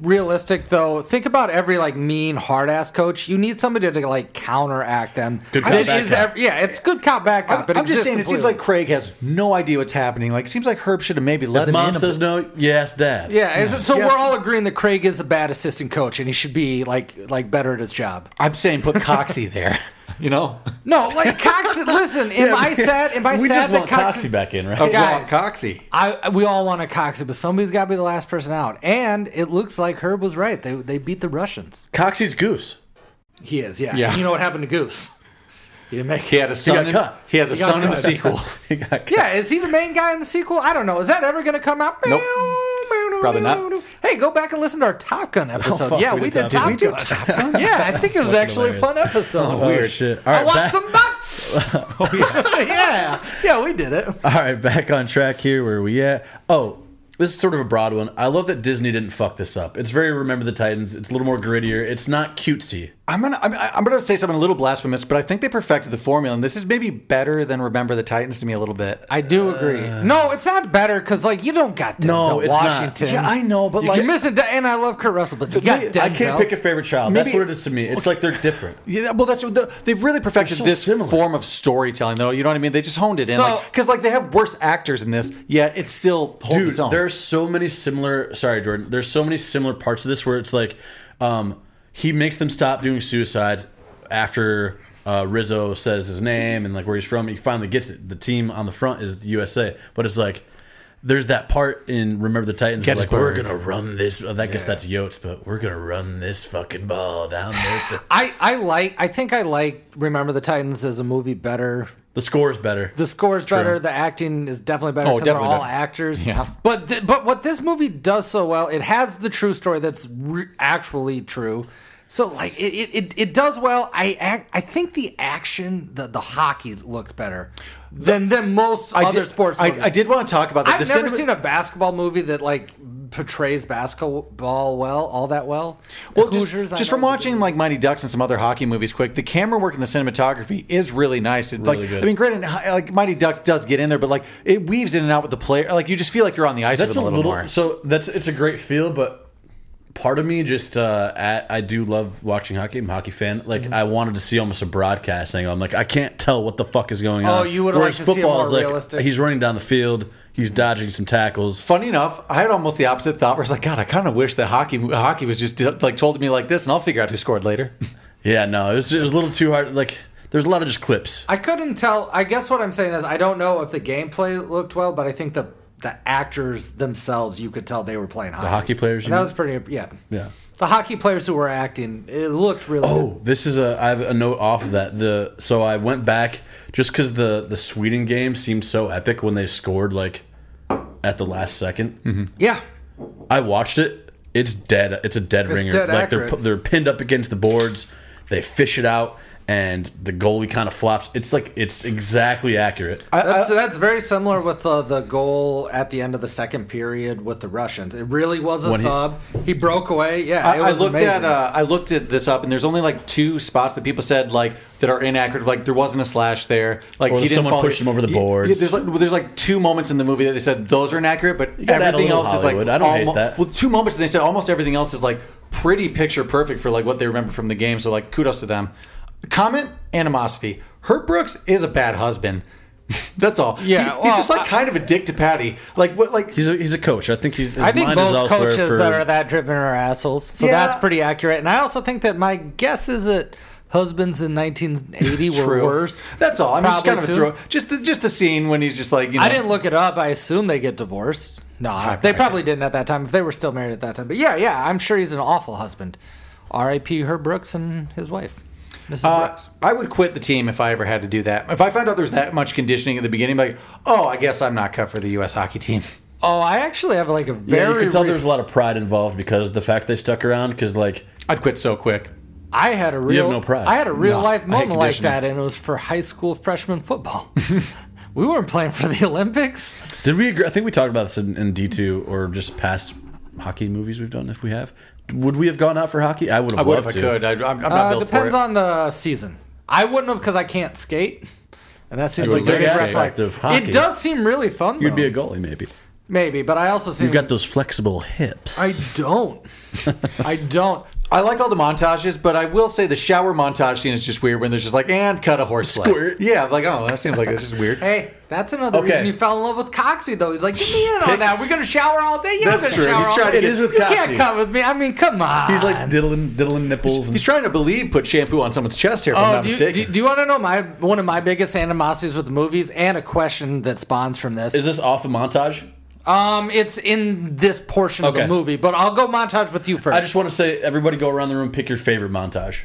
D: realistic though. Think about every like mean hard ass coach. You need somebody to like counteract them.
C: Good
D: And
C: cop,
D: it
C: bad
D: is
C: cop.
D: ev- yeah, it's good cop bad cop.
B: I'm,
D: but
B: I'm just
D: exists
B: saying, it seems
D: completely.
B: like Craig has no idea what's happening. Like, it seems like Herb should have maybe let him
C: Mom
B: in. a
C: says
B: bit.
C: no. Yes, Dad.
D: yeah. is it- So
B: Yeah.
D: we're all agreeing that Craig is a bad assistant coach and he should be like like better at his job.
B: I'm saying put Coxie there. You know,
D: No, like Cox. listen, am I sad? Am I
C: we
D: sad
C: just
D: that
C: want
D: Cox?
C: Coxie back in, right?
B: I
D: Guys.
B: want Coxie.
D: I we all want a Coxie, but somebody's got to be the last person out. And it looks like Herb was right. They they beat the Russians.
C: Coxie's goose.
D: He is, yeah.
B: Yeah.
D: You know what happened to Goose? He didn't make
B: He had a son.
C: got
B: in,
C: cut.
B: he has a
D: got
B: son in the
D: cut.
B: sequel.
C: He got cut.
D: Yeah, is he the main guy in the sequel? I don't know. Is that ever going to come out?
B: Nope. Probably not.
D: Hey, go back and listen to our Top Gun episode.
C: fuck,
D: yeah,
C: we
D: Oh, we
C: did
D: did
C: Top
D: Top,
C: Gun.
D: Gun. yeah, I think it was
C: fucking
D: actually a fun episode.
C: Oh,
B: Weird.
C: shit. All
D: I
C: right,
D: want
C: back,
D: some bucks. Oh, yeah, yeah, we did it.
C: all right, back on track here. Where are we at? Oh, this is sort of a broad one. I love that Disney didn't fuck this up. It's very Remember the Titans. It's a little more grittier. It's not cutesy.
B: I'm gonna I'm, I'm gonna say something a little blasphemous, but I think they perfected the formula, and this is maybe better than Remember the Titans to me a little bit.
D: I do agree.
B: Uh.
D: no, it's not better because like you don't got Denzel
C: No, it's not.
D: Washington.
B: yeah, I know, but
D: You're
B: like
D: missing, De- and I love Kurt Russell, but you got
C: I can't
D: Denzel.
C: pick a favorite child. That's
B: Maybe-
C: what it is to me. It's like they're different.
B: yeah, well, that's what the, they've really perfected
C: They're so
B: this
C: similar.
B: form of storytelling, though. You know what I mean? They just honed it in,
D: So-
B: because like, they have worse actors in this, yet it still holds
C: Dude,
B: its own.
C: there are so many similar. Sorry, Jordan. There's so many similar parts of this where it's like, um, he makes them stop doing suicides after uh, Rizzo says his name and like where he's from. He finally gets it. The team on the front is the USA, but it's like. There's that part in Remember the Titans. where, Like, we're
B: Gettysburg.
C: gonna run this. I guess that's Yotes, but we're gonna run this fucking ball down there. The,
D: I, I like. I think I like Remember the Titans as a movie better
C: the score's better.
D: The score's better. The acting is definitely better
B: Oh,
D: because they're
B: definitely
D: all
B: better.
D: actors.
B: Yeah.
D: But th- but what this movie does so well, it has the true story that's re- actually true. So like it, it, it, it does well. I ac- I think the action, the the hockey looks better than than most
B: I
D: other
B: did,
D: sports.
B: I,
D: movies.
B: I did want to talk about that.
D: I've
B: The
D: never
B: cinema-
D: seen a basketball movie that like portrays basketball well, all that well.
B: Well, just,
D: Hoosiers, I
B: just
D: know
B: from
D: they do.
B: watching like Mighty Ducks and some other hockey movies, quick, the camera work and the cinematography is really nice. It's
C: Really
B: like,
C: good.
B: I mean, granted, hi- like Mighty Ducks does get in there, but like it weaves in and out with the player. Like you just feel like you're on the ice
C: that's
B: with them a little, more.
C: so that's it's a great feel but part of me just uh at, i do love watching hockey i'm a hockey fan like
D: Mm-hmm.
C: i wanted to see almost a broadcast angle i'm like i can't tell what the fuck is going on
D: Oh, you would've
C: Whereas
D: liked to see it more
C: is like,
D: realistic.
C: he's running down the field he's dodging some tackles
B: Funny enough, I had almost the opposite thought. Where I was like, God, I kind of wish that hockey hockey was just like told to me like this, and I'll figure out who scored later.
C: yeah no it was, it was a little too hard like there's a lot of just clips
D: I couldn't tell. I guess what I'm saying is I don't know if the gameplay looked well, but I think the the actors themselves, you could tell they were playing hockey. The
C: hockey players, you
D: That
C: mean?
D: was pretty. Yeah.
C: yeah
D: The hockey players who were acting, it looked really. good.
C: Oh, this is a. I have a note off of that. The so I went back just because the the Sweden game seemed so epic when they scored like at the last 2nd
D: Mm-hmm. yeah.
C: I watched it. It's dead. It's a dead ringer.
D: dead
C: like they're
D: accurate.
C: pu- they're pinned up against the boards. They fish it out, and the goalie kind of flops. It's like it's exactly accurate.
D: That's, that's very similar with the, the goal at the end of the second period with the Russians. It really was a
C: When he-
D: sub. He, broke away. Yeah,
B: I,
D: it
B: I
D: was
B: looked at
D: amazing.
B: uh, I looked at this up, and there's only like two spots that people said like that are inaccurate. Like there wasn't a slash there. Like
C: Or
B: he didn't
C: someone
B: follow-
C: pushed him over the
B: Yeah,
C: boards.
B: Yeah, there's like well, there's like two moments in the movie that they said those are inaccurate, but
C: gotta add a
B: everything
C: little
B: else is
C: Hollywood.
B: like
C: I don't hate
B: almo-
C: that.
B: Well, two moments, and they said almost everything else is like pretty picture perfect for like what they remember from the game. So like kudos to them. Comment animosity. Herb Brooks is a bad husband. That's all.
D: Yeah,
B: He- he's
D: well,
B: just like
D: I-
B: kind of a dick to Patty. Like what? Like
C: he's a, he's a coach. I think he's. His
D: I think
C: mind is
D: most
C: elsewhere
D: coaches
C: for,
D: that are that driven are assholes. So
B: Yeah.
D: that's pretty accurate. And I also think that my guess is that husbands in 1980 were
B: True.
D: worse.
B: That's all. I'm just kind
D: Probably
B: of
D: too.
B: throw just the, just the scene when he's just like you know.
D: I didn't look it up. I assume they get divorced. No, they probably didn't at that time if they were still married at that time. But yeah, yeah, I'm sure he's an awful husband. R.I.P. Herb Brooks and his wife, Mrs.
B: Uh,
D: Brooks.
B: I would quit the team if I ever had to do that. If I found out there's that much conditioning at the beginning, like, oh, I guess I'm not cut for the U.S. hockey team.
D: Oh, I actually have like a very.
C: Yeah, you can tell
D: re-
C: there's a lot of pride involved because of the fact they stuck around. Because like
B: I'd quit so quick.
D: I had a real.
C: no pride.
D: I had a real life
B: I hate
D: moment like
B: conditioning.
D: that, and it was for high school freshman football. we weren't playing for the Olympics.
C: Did we? Agree? I think we talked about this in, in D two or just past hockey movies we've done. If we have, would we have gone out for hockey? I would
B: I
C: have.
B: would if
C: loved
B: I
C: to.
B: could. I, I'm, I'm not
D: Uh,
B: built
D: depends
B: for it.
D: on the season. I wouldn't have because I can't skate, and that seems
C: You're
D: like the
C: very
D: biggest red flag.
C: attractive hockey.
D: It does seem really fun.
C: You'd be
B: Um,
D: though.
C: a goalie, maybe.
D: maybe, but I also seem
C: You've got those flexible hips.
D: I don't. I don't.
B: I like all the montages, but I will say the shower montage scene is just weird when there's just like and cut a horse leg.
C: Squirt.
B: Yeah, like oh that seems like it's just weird.
D: Hey, that's another
C: Okay.
D: reason you fell in love with Coxie, though. He's like, get me in on that. We're gonna shower all day. Yeah,
B: That's
D: we're gonna
B: true.
D: shower
B: He's
D: all
B: trying
D: day.
B: to
C: it is with
D: you
C: Katsi.
D: can't come with me. I mean, come on.
C: He's like diddling, diddling nipples. And,
B: He's trying to believe put shampoo on someone's chest here. If I'm
D: Oh,
B: not
D: do you,
B: mistaken.
D: do, do you want to know my one of my biggest animosities with the movies and a question that spawns from this?
C: is this off the montage?
D: Um, it's in this portion of
C: Okay.
D: the movie, but I'll go montage with you first.
C: I just want to say, everybody, go around the room, pick your favorite montage.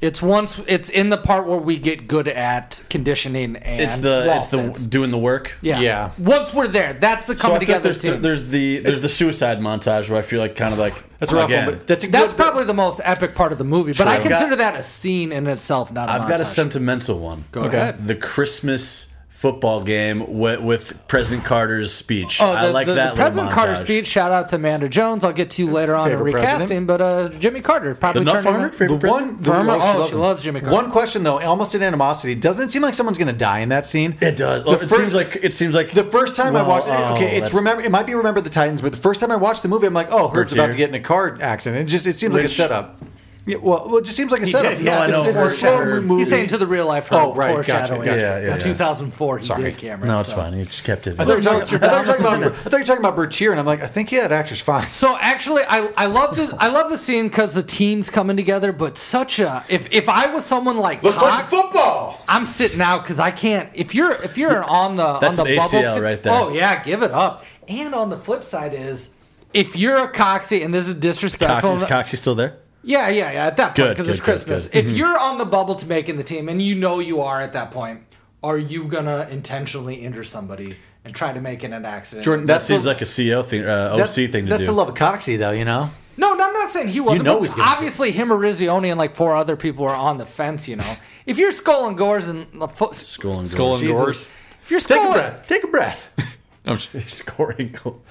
D: It's once it's in the part where we get good at conditioning and
C: It's the,
D: wall
C: it's the
D: sets.
C: doing the work.
D: yeah.
B: Yeah.
D: Once we're there, that's the
C: So
D: coming
C: I feel like
D: together
C: there's,
D: team.
C: the, there's the there's the suicide montage where I feel like kind of like
B: that's a rough
C: again,
B: one, but that's a
D: that's
B: good,
D: probably the most epic part of the movie, but I
C: I've got-
D: consider that a scene in itself, not a
C: I've got a
D: montage.
C: sentimental one. Go
D: ahead.
C: The Christmas football game with, with President Carter's speech.
D: Oh, the,
C: I like
D: the,
C: that.
D: the President
C: little
D: Carter
C: montage.
D: speech. Shout out to Amanda Jones. I'll get to you later on in
B: Favorite president.
D: recasting, but uh, Jimmy Carter probably
C: nut
D: turned
C: farmer?
D: into-
C: Favorite
B: The
C: president?
B: one, the
D: Verma-
B: one-
D: oh, she
B: him.
D: loves Jimmy Carter.
B: One question though, almost in animosity, doesn't it seem like someone's going to die in that scene?
C: It does.
B: The
C: Oh, it
B: first-
C: seems like it seems like
B: The first time I
C: Well,
B: watched,
C: oh,
B: okay, it's
C: that's-
B: remember. It might be remember the Titans, but the first time I watched the movie, I'm like, oh, Herb's about
C: Bertier.
B: to get in a car accident. It just it seems like a
C: Lynch.
B: setup. Yeah, well, well, it just seems like a setup.
D: did, yeah.
B: It's-
D: No, I know.
B: It's, a slow
C: Foreshadowed.
B: movie.
D: He's saying to the real life.
B: Oh,
D: Herb,
B: right, gotcha,
D: Foreshadowing.
B: gotcha.
C: Yeah, yeah, yeah.
D: 2004. He
B: Sorry.
D: did Cameron.
C: No, it's
D: E so.
C: fine. He just kept it.
B: I
C: in.
B: thought you were talking- I thought you were talking about.
D: Nostradamus.
B: I thought you were talking about Bertier, and I'm like, I think yeah, that actor's fine.
D: So actually, I I love this. I love the scene because the team's coming together. But such a if if I was someone like Cox,
B: football.
D: I'm sitting out because I can't. If you're if you're on the
C: That's
D: on the
C: an
D: bubble,
C: ACL
D: te-
C: right there.
D: Oh yeah, give it up. And on the flip side is. If you're a Coxie, and this is disrespectful,
C: Coxie's, Coxie's still there.
D: yeah, yeah, yeah. At that point,
C: Good,
D: because it's
C: good, good,
D: Christmas.
C: good. Mm-hmm.
D: If you're on the bubble to making the team, and you know you are at that point, are you gonna intentionally injure somebody and try to make it an accident?
B: Jordan,
C: That
B: that's
C: seems
B: the,
C: like a CO thing, uh, OC
B: that's-
C: thing to
B: That's
C: do.
B: the love of Coxie, though. You know,
D: No, no, I'm not saying he wasn't.
B: You know
D: but
B: he's gonna
D: obviously him or Rizzioni and like four other people are on the fence. You know, if you're skull and gores and the fo-
C: Skull and
B: Skull
C: Gore.
B: and
D: Jesus.
B: Gores.
D: if you're
B: Take a
D: skull,
B: breath. Take a breath. I'm just-
C: Scoring goal.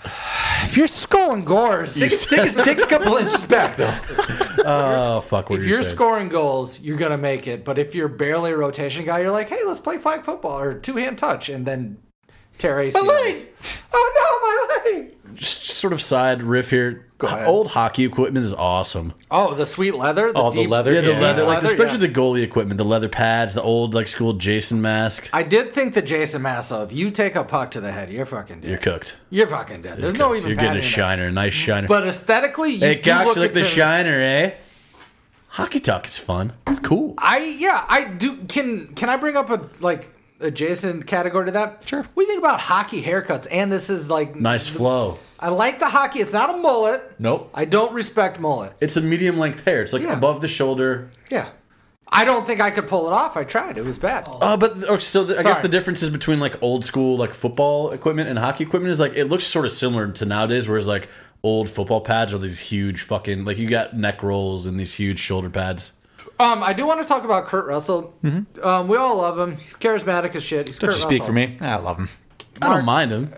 D: if you're skull and gores,
B: Take, take, take a couple inches back, though.
C: Oh fuck! What
D: if
C: were you
D: you're
C: saying?
D: scoring goals, you're gonna make it. But if you're barely a rotation guy, you're like, hey, let's play flag football or two hand touch, and then tear ACLs. Oh no, my leg!
C: just sort of side riff here.
B: ahead.
C: Old hockey equipment is awesome.
D: Oh, the sweet leather. The
B: Oh, the
D: deep-
B: leather?
C: Yeah, the
B: Yeah.
C: leather, like
D: Leather,
C: especially the
D: yeah.
C: goalie equipment, the leather pads, the old like school Jason mask.
D: I did think that Jason Massa, if you take a puck to the head, you're fucking dead.
C: You're
D: You're,
C: cooked.
D: fucking dead.
C: You're
D: There's no
C: cooked.
D: even.
C: You're getting a
D: padding in it.
C: shiner, a nice shiner.
D: But aesthetically, you
C: hey,
D: do
C: Cox,
D: look
C: you like the
D: intimidating.
C: shiner, eh? Hockey talk is fun. It's cool.
D: I yeah, I do. Can can I bring up a like adjacent category to that?
B: Sure.
D: We think about hockey haircuts, and this is like
C: Nice flow.
D: I like the hockey. It's not a mullet.
C: Nope.
D: I don't respect mullets.
C: It's a medium length hair. It's like
D: Yeah.
C: above the shoulder.
D: yeah. I don't think I could pull it off. I tried. It was bad.
C: Uh, but or, so the, I guess
D: Sorry.
C: the difference is between like old school like football equipment and hockey equipment is like it looks sort of similar to nowadays, whereas like old football pads are these huge fucking like you got neck rolls and these huge shoulder pads.
D: Um, I do want to talk about Kurt Russell.
C: Mm-hmm.
D: Um, we all love him. He's charismatic as shit. He's
B: Don't
D: Kurt
B: you speak
D: Russell.
B: for me? I love him.
C: I don't mind them.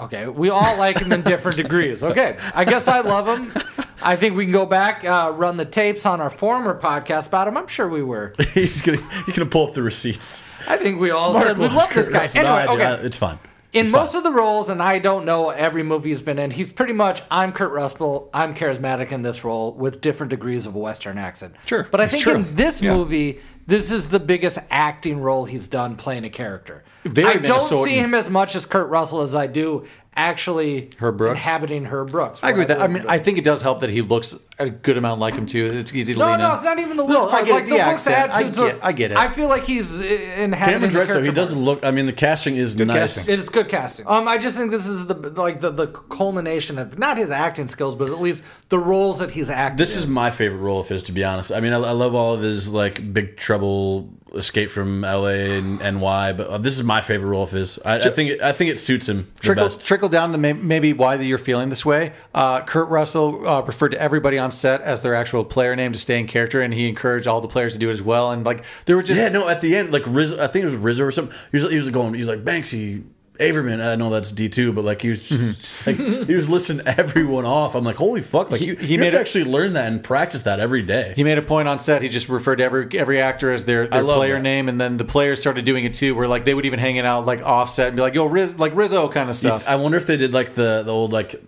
D: Okay, we all like him in different degrees. Okay, I guess I love him. I think we can go back, uh, run the tapes on our former podcast about him. I'm sure we were.
C: he's gonna he's gonna pull up the receipts.
D: I think we all said we
C: Mark
D: love this
C: Kurt
D: guy.
C: Russell. No,
D: Anyway,
C: I do. I-
D: okay.
C: it's fine.
D: in
C: It's
D: most
C: fine.
D: of the roles, and I don't know every movie he's been in, he's pretty much I'm Kurt Russell. I'm charismatic in this role with different degrees of a Western accent.
B: Sure,
D: but I
B: it's
D: think
B: true.
D: in this
B: Yeah.
D: movie, this is the biggest acting role he's done playing a character.
B: Very
D: I don't
B: Minnesotan.
D: see him as much as Kurt Russell as I do actually
B: Herb Brooks?
D: inhabiting Herb Brooks.
B: I agree with that. I
D: whatever.
B: mean, I think it does help that he looks a good amount like him too. It's easy to
D: no,
B: lean
D: no,
B: in.
D: it's not even the
B: uh, No,
D: looks
B: I
D: part.
B: get
D: Like
B: the
D: the, looks,
B: accent. I
D: attitudes.
B: get-
D: are-
B: I get it.
D: I feel like he's uh, inhabiting
C: Cameron's
D: the
C: right though. He
D: character more.
C: does look. I mean, the casting is nice.
B: casting.
D: It's good casting. Um, I just think this is the like the, the culmination of not his acting skills, but at least the roles that he's acted.
C: This is my favorite role of his, to be honest. I mean, I, I love all of his like Big Trouble Escape from L.A. and NY, but uh, this is my favorite role of his. I, I think it, I think it suits him the
B: trickle,
C: best.
B: trickle down to may- maybe why that you're feeling this way. Uh, Kurt Russell uh, referred to everybody on set as their actual player name to stay in character, and he encouraged all the players to do it as well. And like there were just
C: Yeah, no. At the end, like Riz, I think it was Rizzo or something. He was, he was going. He's like Banksy, Averman. I know that's D two, but like he was,
D: Mm-hmm.
C: just, like he was listing everyone off. I'm like, holy fuck! Like
B: He-
C: you,
B: he
C: you have
B: made
C: to
B: a-
C: actually learn that and practice that every day.
B: he made a point on set. He just referred to every every actor as their, their
C: love
B: player
C: that.
B: name, and then the players started doing it too. Where like they would even hang it out like offset and be like, "Yo, Riz, like Rizzo" kind of stuff.
C: I wonder if they did like the the old like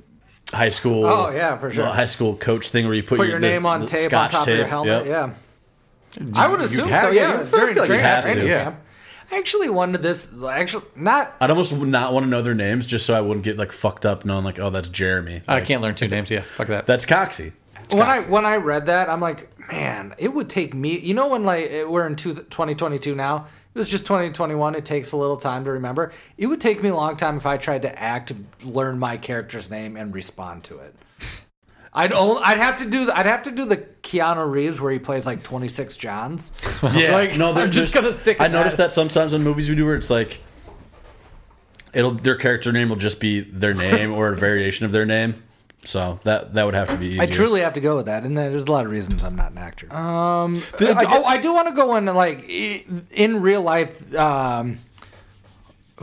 C: high school.
D: Oh, yeah, for sure.
C: the High school coach thing where you put,
D: Put your
C: the-
D: name on
C: the
D: tape
C: Scotch
D: on top of your
C: tape.
D: helmet.
C: Yep.
D: Yeah. I would assume
B: have-
D: so.
B: yeah,
D: Yeah,
B: you feel
D: during
B: like you
D: training,
C: have to,
D: training
B: yeah.
D: camp. I actually wanted this. Actually, not
C: I'd almost not want to know their names just so I wouldn't get like fucked up knowing like, oh, that's Jeremy.
B: I
C: Like,
B: can't learn two names. Yeah, fuck that.
C: That's Coxie.
D: when I when I read that, I'm like, man, it would take me. You know, when like it- we're in two, 2022 now, it was just 2021. It takes a little time to remember. It would take me a long time if I tried to act, learn my character's name, and respond to it. I'd only, I'd have to do the, I'd have to do the Keanu Reeves where he plays like 26 Johns.
C: Yeah,
D: Like,
C: no, they're
D: I'm just
C: there's-
D: gonna stick
C: I
D: it
C: noticed
D: at it.
C: that sometimes in movies we do where it's like, it'll their character name will just be their name or a variation of their name. So that that would have to be. Easier.
D: I truly have to go with that, and there's a lot of reasons I'm not an actor. Um, I,
B: I-
D: oh, I do want to go in like i- in real life. Um,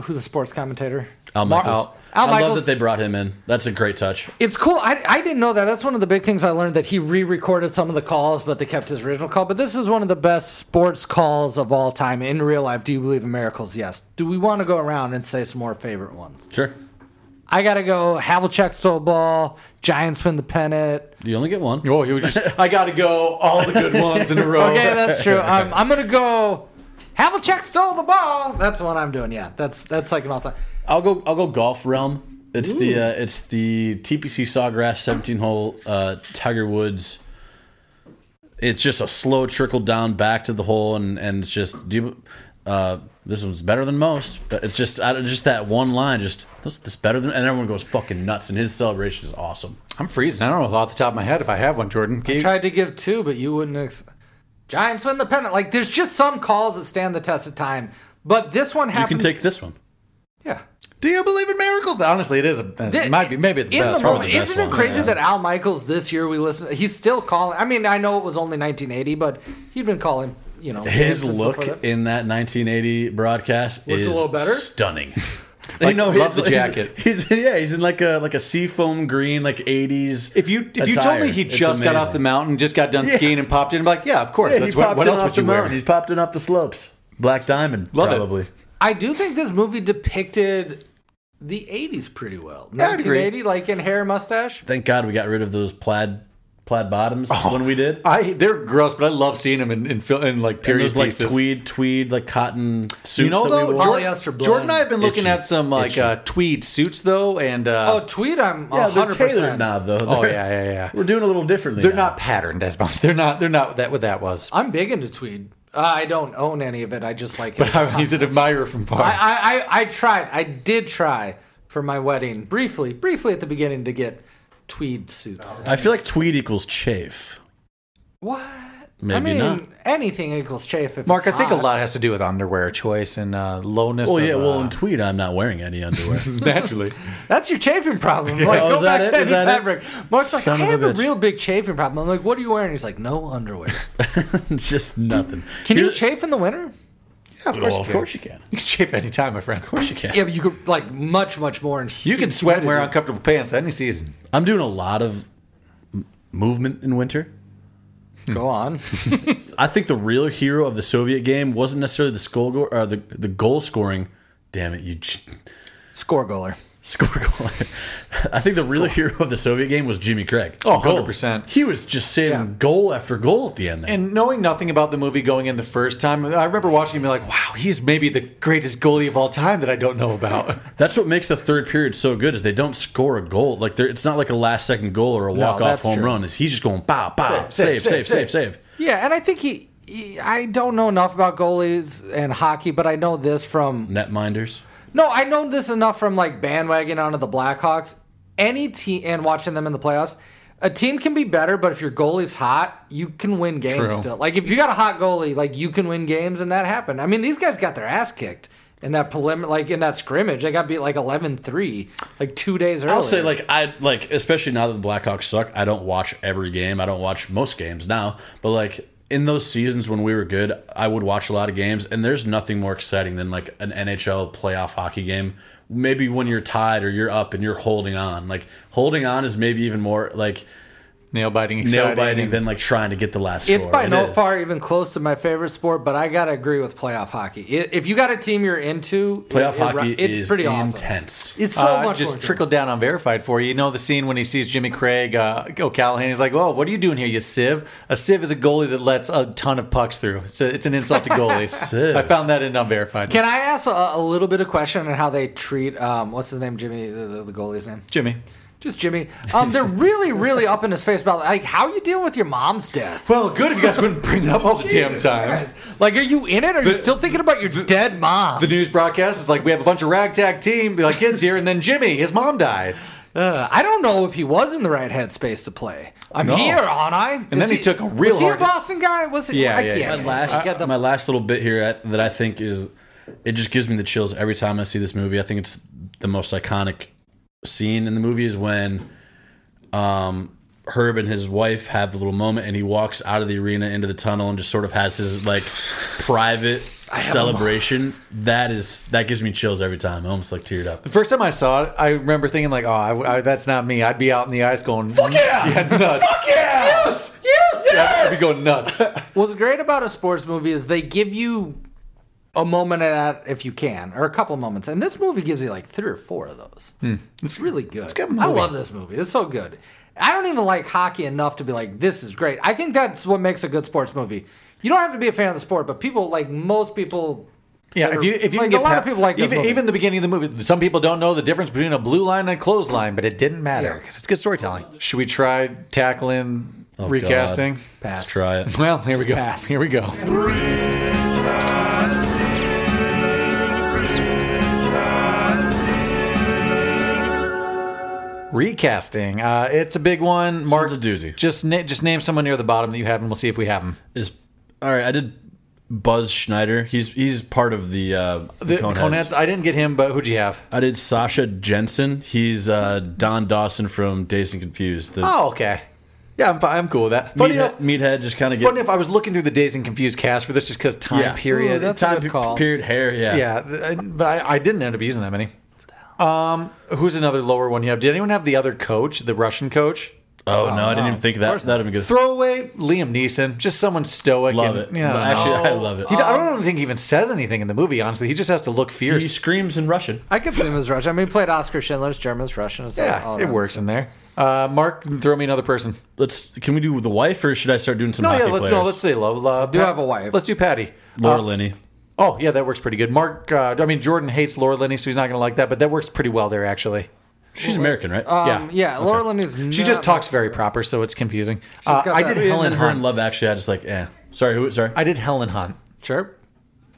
D: who's a sports commentator?
C: Al
D: Mar-
C: Michaels. I
D: Al
C: love
D: Michaels.
C: that they brought him in. That's a great touch.
D: It's cool. I, I didn't know that. That's one of the big things I learned that he re-recorded some of the calls, but they kept his original call. But this is one of the best sports calls of all time in real life. Do you believe in miracles? Yes. Do we want to go around and say some more favorite ones?
C: Sure,
D: I gotta go. Havlicek stole a ball. Giants win the pennant.
C: you only get one.
B: oh, you were just I got to go all the good ones in a row.
D: Okay, that's true. Um, I'm gonna go. Havlicek stole the ball. That's what I'm doing. Yeah, that's that's like an all time.
C: I'll go. I'll go golf realm. It's the uh, it's the TPC Sawgrass 17 hole uh, Tiger Woods. It's just a slow trickle down back to the hole, and and it's just do. You, uh, this one's better than most, but it's just I, don't- just that one line. Just this, this better than, and everyone goes fucking nuts. And his celebration is awesome.
B: I'm freezing. I don't know off the top of my head if I have one. Jordan, Can you-
D: tried to give two, but you wouldn't. Ex- Giants win the pennant. Like there's just some calls that stand the test of time, but this one
C: You can
D: happens.
C: take this one.
D: yeah.
B: do you believe in miracles? Honestly, it is. A, it might be maybe the
D: in
B: best.
D: the
B: probably
D: moment,
B: the best
D: isn't it
B: one.
D: crazy
C: yeah.
D: that Al Michaels this year we listen? He's still calling. I mean, I know it was only 1980, but he'd been calling. You know,
C: His
D: since
C: look
D: before that.
C: in that 1980 broadcast
D: Looked a
C: is
D: little better?
C: stunning.
B: Like, love the
C: he's- he's-
B: jacket.
C: He's, yeah, he's in like a like a seafoam green like 80s.
B: If you if you told
C: attire.
B: me he
C: It's
B: just got off
C: amazing.
B: the mountain, just got done skiing and popped in, I'm like, yeah, of course.
C: Yeah,
B: that's
C: he
B: what,
C: popped
B: what
C: in
B: else
C: off
B: would
C: the
B: you wear?
C: mountain. He's popped in off the slopes. Black Diamond,
B: Love it.
C: probably.
D: I do think this movie depicted the 80s pretty well.
B: I would agree.
D: 1980, like in hair, mustache.
C: Thank God we got rid of those plaid plaid bottoms when we did.
B: I they're gross, but I love seeing him in in, fil- in like
C: And
B: period
C: those like
B: pieces.
C: tweed, tweed, like cotton suits.
B: you know
C: that
B: though,
C: we wore.
D: Jor-
B: Jordan,
D: Polyester blend.
B: Jordan and I have been looking
C: Itchy.
B: at some like
C: Itchy.
B: uh, tweed suits though, and uh,
D: Oh, tweet, I'm
C: yeah, they're
D: 100%.
C: tailored now though.
B: oh,
C: They're-
B: yeah, yeah, yeah.
C: We're doing a little differently.
B: They're
C: now.
B: not patterned as much. They're not. They're not that what that was.
D: I'm big into tweed. Uh, I don't own any of it. I just like it.
B: But he's an admirer from far.
D: I, I, I, I tried. I did try for my wedding briefly, briefly at the beginning to get tweed suits.
C: I feel like tweed equals chafe.
D: What? I
C: Maybe
D: mean,
C: not.
D: anything equals chafe. If
B: Mark, I
D: it's
B: think a
D: hot.
B: lot has to do with underwear choice and uh, lowness.
C: Oh
B: of,
C: yeah, well
B: uh,
C: in tweed I'm not wearing any underwear.
B: naturally.
D: That's your chafing problem. Like,
C: Oh,
D: go
C: is that
D: back
C: it?
D: to
C: Is
D: any
C: that it?
D: fabric. Mark's like,
C: Son
D: I
C: of a
D: have a,
C: bitch.
D: real big chafing problem. I'm like, what are you wearing? He's like, no underwear.
C: Just nothing.
D: Can you
C: Here's-
D: chafe in the winter?
B: Yeah, of
C: Oh,
B: course, you
C: of
B: can.
C: course you can.
B: You can shape any time, my friend. Of course you can.
D: Yeah, but you could like much, much more. In
B: You can sweat and wear
D: humidity.
B: uncomfortable pants any season.
C: I'm doing a lot of m- movement in winter.
D: Go on.
C: I think the real hero of the Soviet game wasn't necessarily the goal go- or the the goal scoring. Damn it, you j-
D: Score goaler.
C: score goal. I think the real hero of the Soviet game was Jimmy Craig.
B: Oh,
C: Goal.
B: 100%.
C: He was just saving
D: Yeah.
C: goal after goal at the end. There.
B: And knowing nothing about the movie going in the first time, I remember watching him and be like, wow, he's maybe the greatest goalie of all time that I don't know about.
C: That's what makes the third period so good is they don't score a goal. Like they're- it's not like a last second goal or a walk off
D: that's
C: home
D: true.
C: run. Is he's just going pow pow
B: Save, save,
C: save save save save.
B: save,
D: Yeah, and I think he, he. I don't know enough about goalies and hockey, but I know this from.
C: Netminders.
D: No, I know this enough from like bandwagon onto the Blackhawks. Any team and watching them in the playoffs. a team can be better, but if your goalie's hot, you can win games
B: True.
D: still. Like if you got a hot goalie, like you can win games, and that happened. I mean, these guys got their ass kicked in that prelim, like in that scrimmage. They got beat like 11-3, like two days earlier.
C: I'll say like I like especially now that the Blackhawks suck, I don't watch every game. I don't watch most games now, but like in those seasons when we were good, I would watch a lot of games and there's nothing more exciting than like an NHL playoff hockey game. Maybe when you're tied or you're up and you're holding on. Like holding on is maybe even more like
B: Nail biting,
C: nail biting than like trying to get the last
D: It's
C: score.
D: by
C: It
D: no
C: is.
D: far even close to my favorite sport, but I gotta agree with playoff hockey. I- If you got a team you're into,
C: playoff
D: it- it-
C: hockey
D: it's
C: is
D: pretty awesome.
C: intense.
D: It's so
B: uh,
D: much more
B: just
D: enjoyable.
B: trickled down on verified for you. You know the scene when he sees Jimmy Craig, uh, O'Callahan. He's like, "Oh, what are you doing here, you sieve? A sieve is a goalie that lets a ton of pucks through. It's, a, it's an insult to goalies."
C: Sieve.
B: I found that in um, unverified.
D: Can I ask a, a little bit of question on how they treat um, what's his name, Jimmy, the, the- the goalie's name?
B: Jimmy.
D: Just Jimmy. Um, they're really, really up in his face about like how are you dealing with your mom's death?
B: Well, good if you guys wouldn't bring it up all the damn
D: Jesus
B: time.
D: Christ. Like, are you in it? Are you
B: The-
D: still thinking about your dead mom?
B: The news broadcast is like we have a bunch of ragtag team, like kids here, and then Jimmy, his mom died,
D: Uh, I don't know if he was in the right headspace to play. I'm
B: No.
D: here, aren't I? And
B: then he took a real
D: Was he
B: hard-
D: a Boston guy? Was it?
B: Yeah,
D: I
B: yeah,
D: can't.
B: yeah.
C: my last
D: I got the-
C: my last little bit here I- that I think is it just gives me the chills every time I see this movie. I think it's the most iconic scene in the movie is when um Herb and his wife have the little moment and he walks out of the arena into the tunnel and just sort of has his like private celebration. That is that gives me chills every time. I almost like teared up.
B: The first time I saw it, I remember thinking like, "Oh, I, I- that's not me. I'd be out in the ice going, fuck yeah, nuts, fuck yeah, yes, yes, I'd be going nuts."
D: What's great about a sports movie is they give you a moment of that if you can, or a couple of moments. And this movie gives you like three or four of those.
B: Hmm.
D: It's really good.
B: good
D: I
B: movie.
D: love this movie. It's so good. I don't even like hockey enough to be like, this is great. I think that's what makes a good sports movie. You don't have to be a fan of the sport, but people like most people.
B: Yeah,
D: that
B: if
D: are-
B: you if you can
D: like,
B: get
D: a lot
B: pa-
D: of people like this
B: even
D: movie.
B: even the beginning of the movie, some people don't know the difference between a blue line and a clothesline, but it didn't matter because it's good storytelling. Should we try tackling
C: Oh,
B: recasting?
C: God.
D: Pass.
C: Let's try it.
B: Well, here we go.
D: pass.
B: Here we go. Recasting. Uh, it's a big one. Mark,
C: a doozy.
B: Just na- just name someone near the bottom that you have, and we'll see if we have them.
C: Is all right. I did Buzz Schneider. He's he's part of the uh,
B: The
C: Coneheads.
B: Conets. I didn't get him, but who'd you have?
C: I did Sasha Jensen. He's uh, Don Dawson from Dazed and Confused. The
B: Oh, okay. Yeah, I'm fine. I'm cool with that. Funny enough,
C: meathead, meathead just kind of
B: funny
C: get
B: enough, I was looking through the Days and Confused cast for this just because time
C: Yeah.
B: period.
D: Ooh, that's a
C: time
D: good
C: pe-
D: call.
C: period hair. Yeah,
B: Yeah, th- I- but I, I didn't end up using that many. Um, who's another lower one you have? Did anyone have the other coach, the Russian coach?
C: Oh, no, I didn't even think of that. That'd have been good.
B: Throw away Liam Neeson, just someone stoic.
C: Love
B: and,
C: it.
B: Yeah,
C: But
B: I don't
C: actually,
B: know.
C: I love it.
B: He, I don't even think he even says anything in the movie. Honestly, he just has to look
C: He
B: fierce.
C: screams in Russian.
D: I could see him as Russian. I mean, he played Oscar Schindler's German's Russian. It's
B: yeah,
D: all
B: it
D: around.
B: works in there. Uh, Mark, throw me another person.
C: Let's. Can we do the wife, or should I start doing some
B: No,
C: hockey
B: yeah, let's
C: players?
B: no, let's uh, say Lola.
D: do have a wife.
B: Let's do Patty.
C: Laura Linney.
B: Oh yeah, that works pretty good. Mark, uh, I mean Jordan hates Laura Linney, so he's not going to like that, but that works pretty well there actually.
C: She's American, right?
B: Uh,
D: Um, yeah, Laura Linney's.
B: She just talks very proper, so it's confusing. Uh,
D: got
B: I
D: that-
B: did
C: and
B: Helen
C: then her and
B: Hunt.
C: Love Actually. I just like. Eh. Sorry. Who? Sorry. I,
B: I did Helen Hunt.
D: Sure.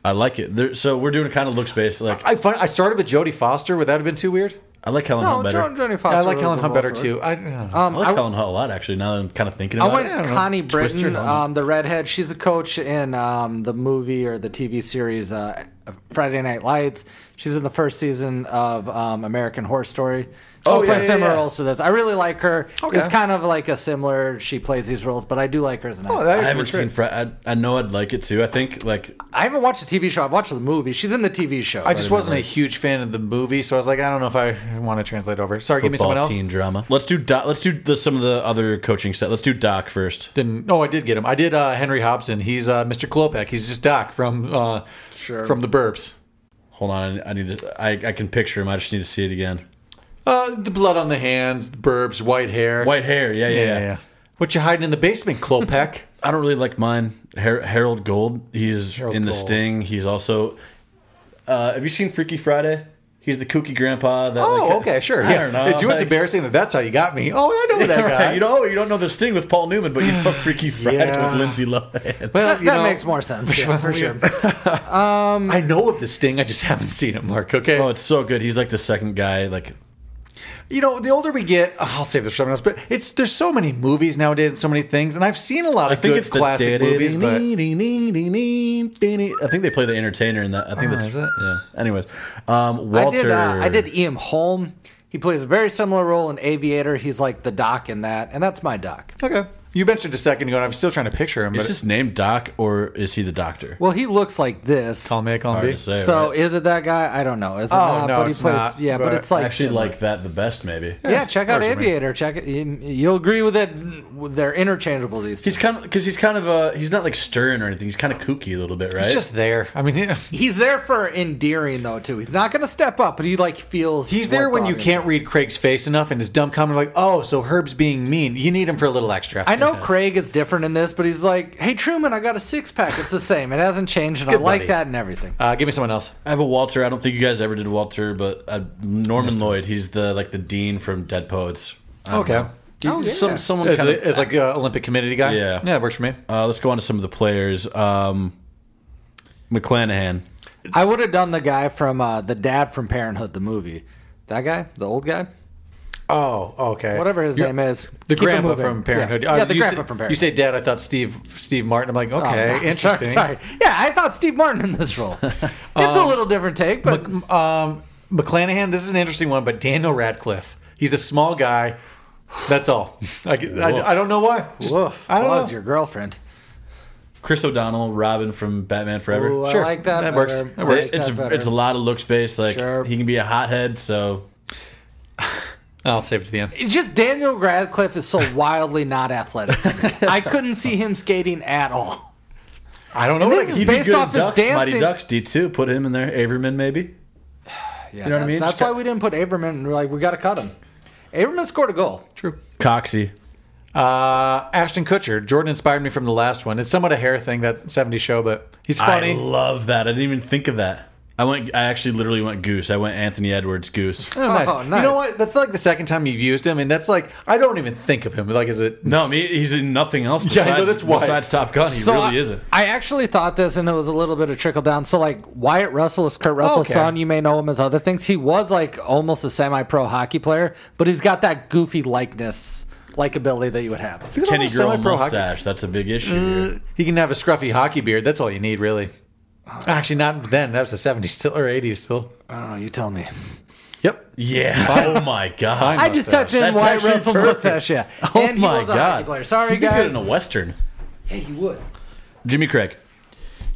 C: like it. There, so we're doing kind of looks based. Like I,
B: I fun, I started with Jodie Foster. Would that have been too weird?
C: like Helen
D: No,
C: Hunt better.
D: Joan, Jodie Foster.
B: I like
D: would
B: Helen
D: have
B: Hunt
D: been
B: better
D: both
B: too. I, I don't know.
D: Um,
C: I like
D: I-
C: Helen Hunt a lot actually. Now that I'm kind of thinking
D: I
C: about
D: went
C: it.
B: I don't know.
D: Connie
B: Twister
D: Britton,
B: Helen.
D: um, the redhead. She's the coach in um, the movie or the TV series uh, Friday Night Lights. She's in the first season of um, American Horror Story.
B: Oh,
D: She
B: yeah,
D: plays
B: yeah,
D: similar
B: yeah.
D: roles to this. I really like her.
B: Okay.
D: It's kind of like a similar. She plays these roles, but I do like her as an.
B: Oh,
D: actor.
B: that
C: I
B: actually
C: haven't
B: works
C: seen.
B: great.
C: Fre- I, I know I'd like it too. I think like
D: I haven't watched the TV show. I've watched the movie. She's in the TV show.
B: I just wasn't a huge fan of the movie, so I was like, I don't know if I want to translate over. Sorry, give me someone
C: football
B: else.
C: teen drama. Let's do Doc. Let's do the, some of the other coaching set. Let's do Doc first.
B: Then no, I did get him. I did uh, Henry Hobson. He's uh, Mr. Klopek. He's just Doc from uh,
D: Sure.
B: from the Burbs.
C: Hold on, I need to. I, I can picture him. I just need to see it again.
B: Uh, the blood on the hands, the Burbs, white hair.
C: White hair. Yeah, yeah,
B: Yeah,
C: yeah.
B: yeah. What you hiding in the basement, Klopek?
C: I don't really like mine. Har- Harold Gold. He's
B: Harold
C: in the
B: Gold.
C: Sting. He's also. Uh, have you seen Freaky Friday? He's the kooky grandpa. That,
B: oh,
C: like, uh,
B: okay, sure.
C: I
B: yeah.
C: don't know.
B: Dude, it's
C: like-
B: embarrassing that that's how you got me. Oh, I know that
C: Right,
B: guy.
C: You know, you don't know the Sting with Paul Newman, but you know Freaky Friday
B: Yeah.
C: with Lindsay Lohan.
B: well,
D: That,
B: you
D: that
B: know,
D: makes more sense. Yeah, for sure.
B: I know of the Sting. I just haven't seen it, Mark. Okay.
C: Oh, it's so good. He's like the second guy. Like
B: You know, the older we get, oh, I'll save this for something else. But it's there's so many movies nowadays and so many things, and I've seen a lot
C: I
B: of
C: think
B: good
C: it's the
B: classic movies. But
C: I think they play the entertainer in that. I think
B: Oh,
C: that's
B: is it?
C: yeah. Anyways, um, Walter.
D: I did. Uh, I did. Ian Holm. He plays a very similar role in Aviator. He's like the doc in that, and that's my doc.
B: okay, you mentioned a second ago, and I'm still trying to picture him. But
C: Is his name Doc or is he the Doctor?
D: Well, he looks like this.
B: call me, call
C: Hard
B: me.
C: to say,
D: so
C: right?
D: is it that guy? I don't know. Is it
B: Oh,
D: not?
B: no,
D: but he
B: it's
D: plays,
B: not,
D: Yeah, but
B: but
D: it's like
C: actually
D: similar.
C: like that the best maybe.
D: Yeah, check out
B: Personally.
D: Aviator. Check it. you- You'll agree with it. They're interchangeable. These. Two.
C: He's kind of because he's kind of uh he's not like stern or anything. He's kind of kooky a little bit, right?
B: He's just there. I mean, he-
D: He's there for endearing though too. He's not going to step up, but he like feels.
B: he's
D: what
B: there
D: the
B: when you
D: audience
B: can't read Craig's face enough, and his dumb comment like, "Oh, so Herb's being mean." You need him for a little extra.
D: I know Craig is different in this, but he's like, "Hey Truman, I got a six pack. It's the same. It hasn't changed, and I
B: good,
D: like
B: buddy.
D: that and everything."
B: Uh, give me someone else.
C: I have a Walter. I don't think you guys ever did Walter, but uh, Norman Lloyd. He's the like the dean from Dead Poets. I don't
B: Okay.
C: know.
D: Oh, yeah.
C: Some someone
B: As,
C: kind of
B: a- as like an Olympic committee guy.
C: Yeah.
B: yeah, it works for me.
C: Uh, let's go on to some of the players. Um, McClanahan.
D: I would have done the guy from uh, the dad from Parenthood, the movie. That guy, the old guy,
B: Oh, okay.
D: whatever his
B: You're-
D: name is.
B: The
D: Keep it
B: grandpa
D: moving.
B: from Parenthood.
D: Yeah,
B: Uh,
D: yeah the
B: you
D: grandpa
B: say-
D: from Parenthood.
B: You say Dad. I thought Steve Steve Martin. I'm like,
D: Oh,
B: okay,
D: no,
B: interesting.
D: Sorry, sorry. Yeah, I thought Steve Martin in this role. It's a little different take, but
B: Um, McClanahan. This is an interesting one, but Daniel Radcliffe. He's a small guy. That's all. I,
C: Woof.
B: I, I don't know why. Just-
D: woof,
B: I don't
D: was
B: know.
D: your girlfriend.
C: Chris O'Donnell, Robin from Batman Forever.
D: Ooh, I
B: Sure,
D: like that.
B: that works.
D: better.
B: That
D: I
B: works.
D: like
C: it's
D: that
C: a,
D: better.
C: it's a lot of look space. Like
D: Sure.
C: he can be a hothead. So
B: I'll save it to the end.
D: It's just Daniel Radcliffe is so wildly not athletic. to me. I couldn't see him skating at all.
B: I don't know.
D: this
B: What I can
D: is
B: do.
D: based
C: Good
D: off his
C: Ducks, Mighty
D: dancing.
C: Ducks D two. Put him in there. Averman maybe.
D: Yeah,
C: know what I mean?
D: That's
C: Just
D: why
C: got-
D: we didn't put Averman. and We're like, we got to cut him. Averman scored a goal.
B: True.
C: Coxie.
B: Uh, Ashton Kutcher. Jordan inspired me from the last one. It's somewhat a hair thing that 70s show, but he's
C: I
B: funny.
C: love that. I didn't even think of that. I went. I actually literally went goose. I went Anthony Edwards goose.
B: Oh, nice.
D: Oh, nice.
B: You know what? That's like the second time you've used him, and that's like I don't even think of him. Like, is it?
C: No, me. He's in nothing else.
B: Yeah, I
C: Besides,
B: know, that's why.
C: besides Top Gun, he really
D: I,
C: isn't.
D: I actually thought this, and it was a little bit of trickle down. So, like Wyatt Russell is Kurt Russell's
B: Okay.
D: son. You may know him as other things. He was like almost a semi-pro hockey player, but he's got that goofy likeness, likability that you would have.
B: He's
C: Kenny
B: almost
C: Girl
B: semi-pro hockey.
C: mustache. That's a big
D: Uh,
C: issue. here.
B: He can have a scruffy hockey beard. That's all you need, really. Actually, not then. That was the seventies still or eighties still.
D: I don't know. You tell me.
B: Yep.
C: Yeah. oh my god.
B: Fine.
D: I just
B: Mustache.
D: touched in
C: That's
D: Wyatt
C: actually
D: Russell
C: perfect.
D: mustache. Yeah.
C: Oh
D: and he
C: my
D: was a hockey
C: god.
D: player. Sorry,
C: He'd be good
D: guys.
C: in a western.
D: Yeah, you would.
C: Jimmy Craig.